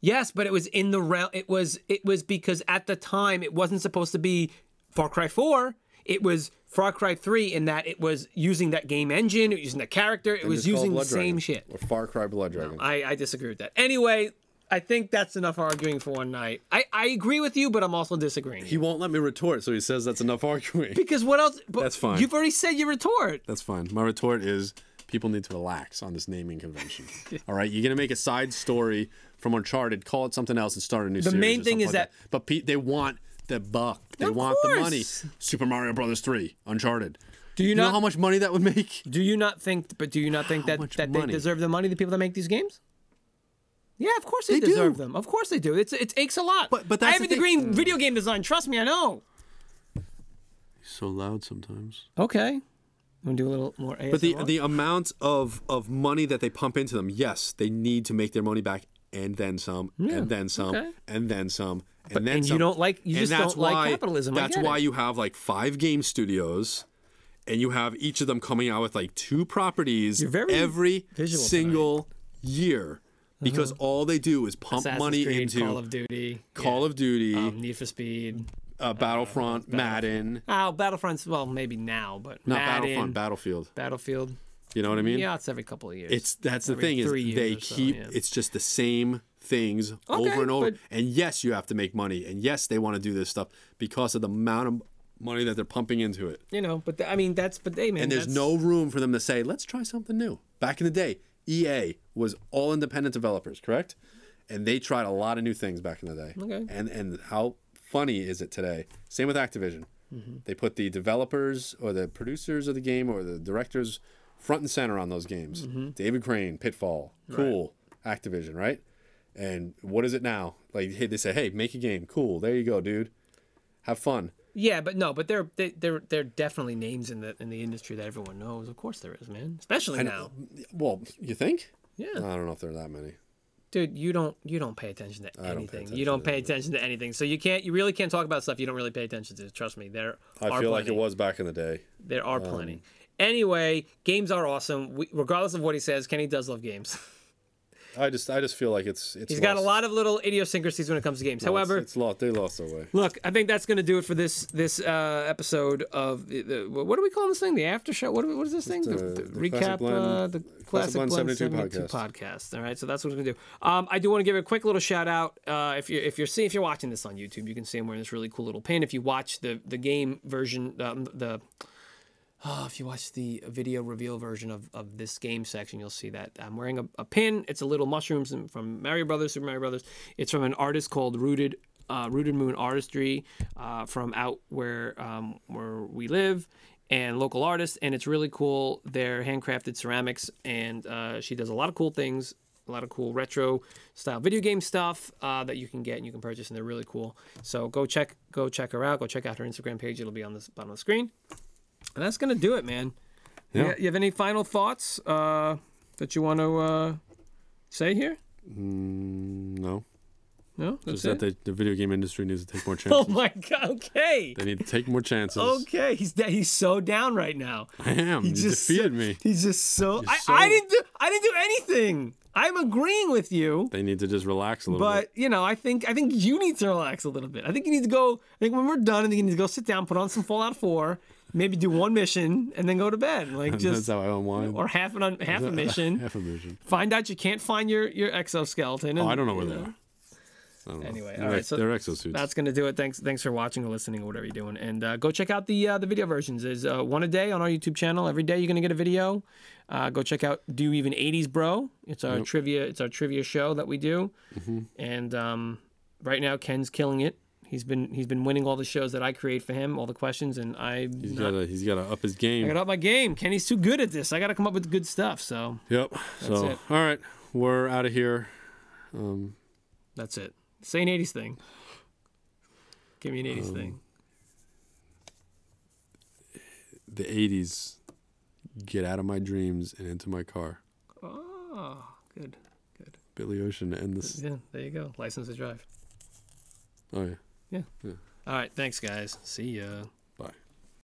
Speaker 2: Yes, but it was in the realm. It was it was because at the time it wasn't supposed to be Far Cry Four. It was Far Cry Three in that it was using that game engine, it was using the character, it was
Speaker 1: Just call it
Speaker 2: using the
Speaker 1: Blood Dragon
Speaker 2: same shit.
Speaker 1: Or Far Cry Blood Dragon.
Speaker 2: I, I disagree with that. Anyway, I think that's enough arguing for one night. I, I agree with you, but I'm also disagreeing.
Speaker 1: He won't let me retort, so he says that's enough arguing.
Speaker 2: because what else? But
Speaker 1: That's fine.
Speaker 2: You've already said your retort.
Speaker 1: That's fine. My retort is people need to relax on this naming convention. All right, you're gonna make a side story from Uncharted, call it something else, and start a new. The series
Speaker 2: main
Speaker 1: or
Speaker 2: thing
Speaker 1: something
Speaker 2: is
Speaker 1: like that, but Pete, they want the buck. They
Speaker 2: Of
Speaker 1: want the money.
Speaker 2: course.
Speaker 1: Super Mario Brothers three, Uncharted.
Speaker 2: Do you
Speaker 1: You know
Speaker 2: not-
Speaker 1: how much money that would make?
Speaker 2: Do you not think? But do you not think that
Speaker 1: much
Speaker 2: that
Speaker 1: money?
Speaker 2: they deserve the money? The people that make these games. Yeah, of course they,
Speaker 1: They
Speaker 2: deserve
Speaker 1: do.
Speaker 2: them. Of course they do. It's it aches a lot.
Speaker 1: But- but
Speaker 2: I
Speaker 1: that's
Speaker 2: have
Speaker 1: the
Speaker 2: a degree
Speaker 1: thing. Mm.
Speaker 2: in video game design. Trust me, I know.
Speaker 1: So loud sometimes.
Speaker 2: Okay, I'm gonna do a little more ASMR.
Speaker 1: But the the amount of of money that they pump into them, yes, they need to make their money back and then some, and then some,
Speaker 2: okay.
Speaker 1: and then some, and then
Speaker 2: and you
Speaker 1: some.
Speaker 2: don't like- you
Speaker 1: And
Speaker 2: just
Speaker 1: that's
Speaker 2: don't like
Speaker 1: why-
Speaker 2: capitalism, I
Speaker 1: That's
Speaker 2: get
Speaker 1: why
Speaker 2: it.
Speaker 1: you have like five game studios, and you have each of them coming out with like two properties
Speaker 2: very
Speaker 1: every
Speaker 2: visual Mm-hmm.
Speaker 1: single year, because all they do is pump
Speaker 2: Assassin's
Speaker 1: money
Speaker 2: Creed,
Speaker 1: into
Speaker 2: Call of Duty,
Speaker 1: Call of Duty,
Speaker 2: um, Need for Speed.
Speaker 1: uh, Battlefront, Madden,
Speaker 2: Oh, Battlefront's well, maybe now, but
Speaker 1: not
Speaker 2: Madden,
Speaker 1: Battlefront, Battlefield.
Speaker 2: Battlefield.
Speaker 1: You know what I mean?
Speaker 2: Yeah, it's every couple of years.
Speaker 1: It's that's the
Speaker 2: Every
Speaker 1: thing is
Speaker 2: three years
Speaker 1: they
Speaker 2: or so,
Speaker 1: keep
Speaker 2: yeah.
Speaker 1: it's just the same things over and over.
Speaker 2: but-
Speaker 1: And yes, you have to make money, and yes, they want to do this stuff because of the amount of money that they're pumping into it.
Speaker 2: you know, but th- I mean that's but they man.
Speaker 1: And there's
Speaker 2: that's-
Speaker 1: no room for them to say, "Let's try something new." Back in the day, EA was all independent developers, correct? And they tried a lot of new things back in the day.
Speaker 2: Okay.
Speaker 1: And and how funny is it today? Same with Activision.
Speaker 2: Mm-hmm.
Speaker 1: They put the developers or the producers of the game or the directors front and center on those games.
Speaker 2: Mm-hmm.
Speaker 1: David Crane, Pitfall, cool, Activision, right? And what is it now? Like hey, they say, "Hey, make a game, cool. There you go, dude. Have fun."
Speaker 2: Yeah, but no, but there there there there are definitely names in the in the industry that everyone knows. Of course there is, man. Especially now.
Speaker 1: Well, you think?
Speaker 2: Yeah.
Speaker 1: I don't know if there are that many.
Speaker 2: Dude, you don't you don't pay attention to
Speaker 1: pay
Speaker 2: anything.
Speaker 1: attention
Speaker 2: you don't pay attention to anything. So you can't you really can't talk about stuff you don't really pay attention to. Trust me. There
Speaker 1: I
Speaker 2: are
Speaker 1: feel like
Speaker 2: plenty.
Speaker 1: it Um, was back in the day.
Speaker 2: There are plenty. anyway, games are awesome. We, regardless of what he says, Kenny does love games.
Speaker 1: I just I just feel like it's it's
Speaker 2: He's got a lot of little idiosyncrasies when it comes to games. However,
Speaker 1: it's, lost. They lost their way.
Speaker 2: Look, I think that's going to do it for this this uh, episode of the, the what do we call this thing? The after show? What, do we- what is this thing? The,
Speaker 1: the Classic
Speaker 2: the recap,
Speaker 1: Blend-
Speaker 2: uh, the
Speaker 1: Classic
Speaker 2: classic
Speaker 1: Blend
Speaker 2: blend 72,
Speaker 1: 72
Speaker 2: podcast. All right, so that's what we're going to do. Um, I do want to give a quick little shout out. Uh, if you if you're see if you're watching this on YouTube, you can see I'm wearing this really cool little pin. If you watch the the game version, um, the uh, if you watch the video reveal version of, of this game section, you'll see that I'm wearing a, a pin. It's a little mushrooms in- from Mario Brothers, Super Mario Brothers. It's from an artist called Rooted uh, Rooted Moon Artistry uh, from out where um, where we live and local artist, and it's really cool. They're handcrafted ceramics, and uh, she does a lot of cool things. A lot of cool retro style video game stuff uh, that you can get and you can purchase, and they're really cool. So go check go check her out. Go check out her Instagram page. It'll be on the s- bottom of the screen. And that's gonna do it, man. Yeah. You, have any final thoughts uh, that you want to uh, say here?
Speaker 1: No,
Speaker 2: No,
Speaker 1: just
Speaker 2: that's
Speaker 1: that
Speaker 2: it.
Speaker 1: the, the video game industry needs to take more
Speaker 2: Oh
Speaker 1: chances.
Speaker 2: my god. Okay.
Speaker 1: They need to take more chances.
Speaker 2: Okay. He's da- he's so down right now.
Speaker 1: I am. You defeated me.
Speaker 2: He's just so. I,
Speaker 1: so-
Speaker 2: I didn't do. I didn't do anything. I'm agreeing with you.
Speaker 1: They need to just relax a little bit.
Speaker 2: But you know, I think I think you need to relax a little bit. I think you need to go. I think when we're done, I think you need to go sit down, put on some Fallout Four, maybe do one mission, and then go to bed. Like
Speaker 1: That's
Speaker 2: just
Speaker 1: how I unwind.
Speaker 2: or half an un- half a mission.
Speaker 1: Half a vision.
Speaker 2: find out you can't find your your exoskeleton. And,
Speaker 1: Oh, I don't know where
Speaker 2: you
Speaker 1: they are. I don't know.
Speaker 2: Anyway,
Speaker 1: they're,
Speaker 2: all right, so
Speaker 1: they're exosuits.
Speaker 2: That's gonna do it. Thanks, thanks for watching or listening or whatever you're doing, and uh, go check out the uh, the video versions. There's uh, one a day on our YouTube channel. Every day you're gonna get a video. Uh, go check out Do You Even '80s Bro. It's our trivia. It's our trivia show that we do,
Speaker 1: Mm-hmm.
Speaker 2: and um, right now Ken's killing it. He's been he's been winning all the shows that I create for him, all the questions, and I
Speaker 1: He's gotta he's gotta up his game.
Speaker 2: got up my game. Kenny's too good at this. I gotta come up with good stuff. So
Speaker 1: yep. so
Speaker 2: it.
Speaker 1: all right, we're out of here.
Speaker 2: that's it. Say an '80s thing. Give me an
Speaker 1: Um,
Speaker 2: '80s thing.
Speaker 1: The '80s. Get out of my dreams and into my car.
Speaker 2: Oh, good, good.
Speaker 1: Billy Ocean to end this.
Speaker 2: Yeah, there you go. License to drive.
Speaker 1: Oh yeah.
Speaker 2: All right, thanks guys. See ya.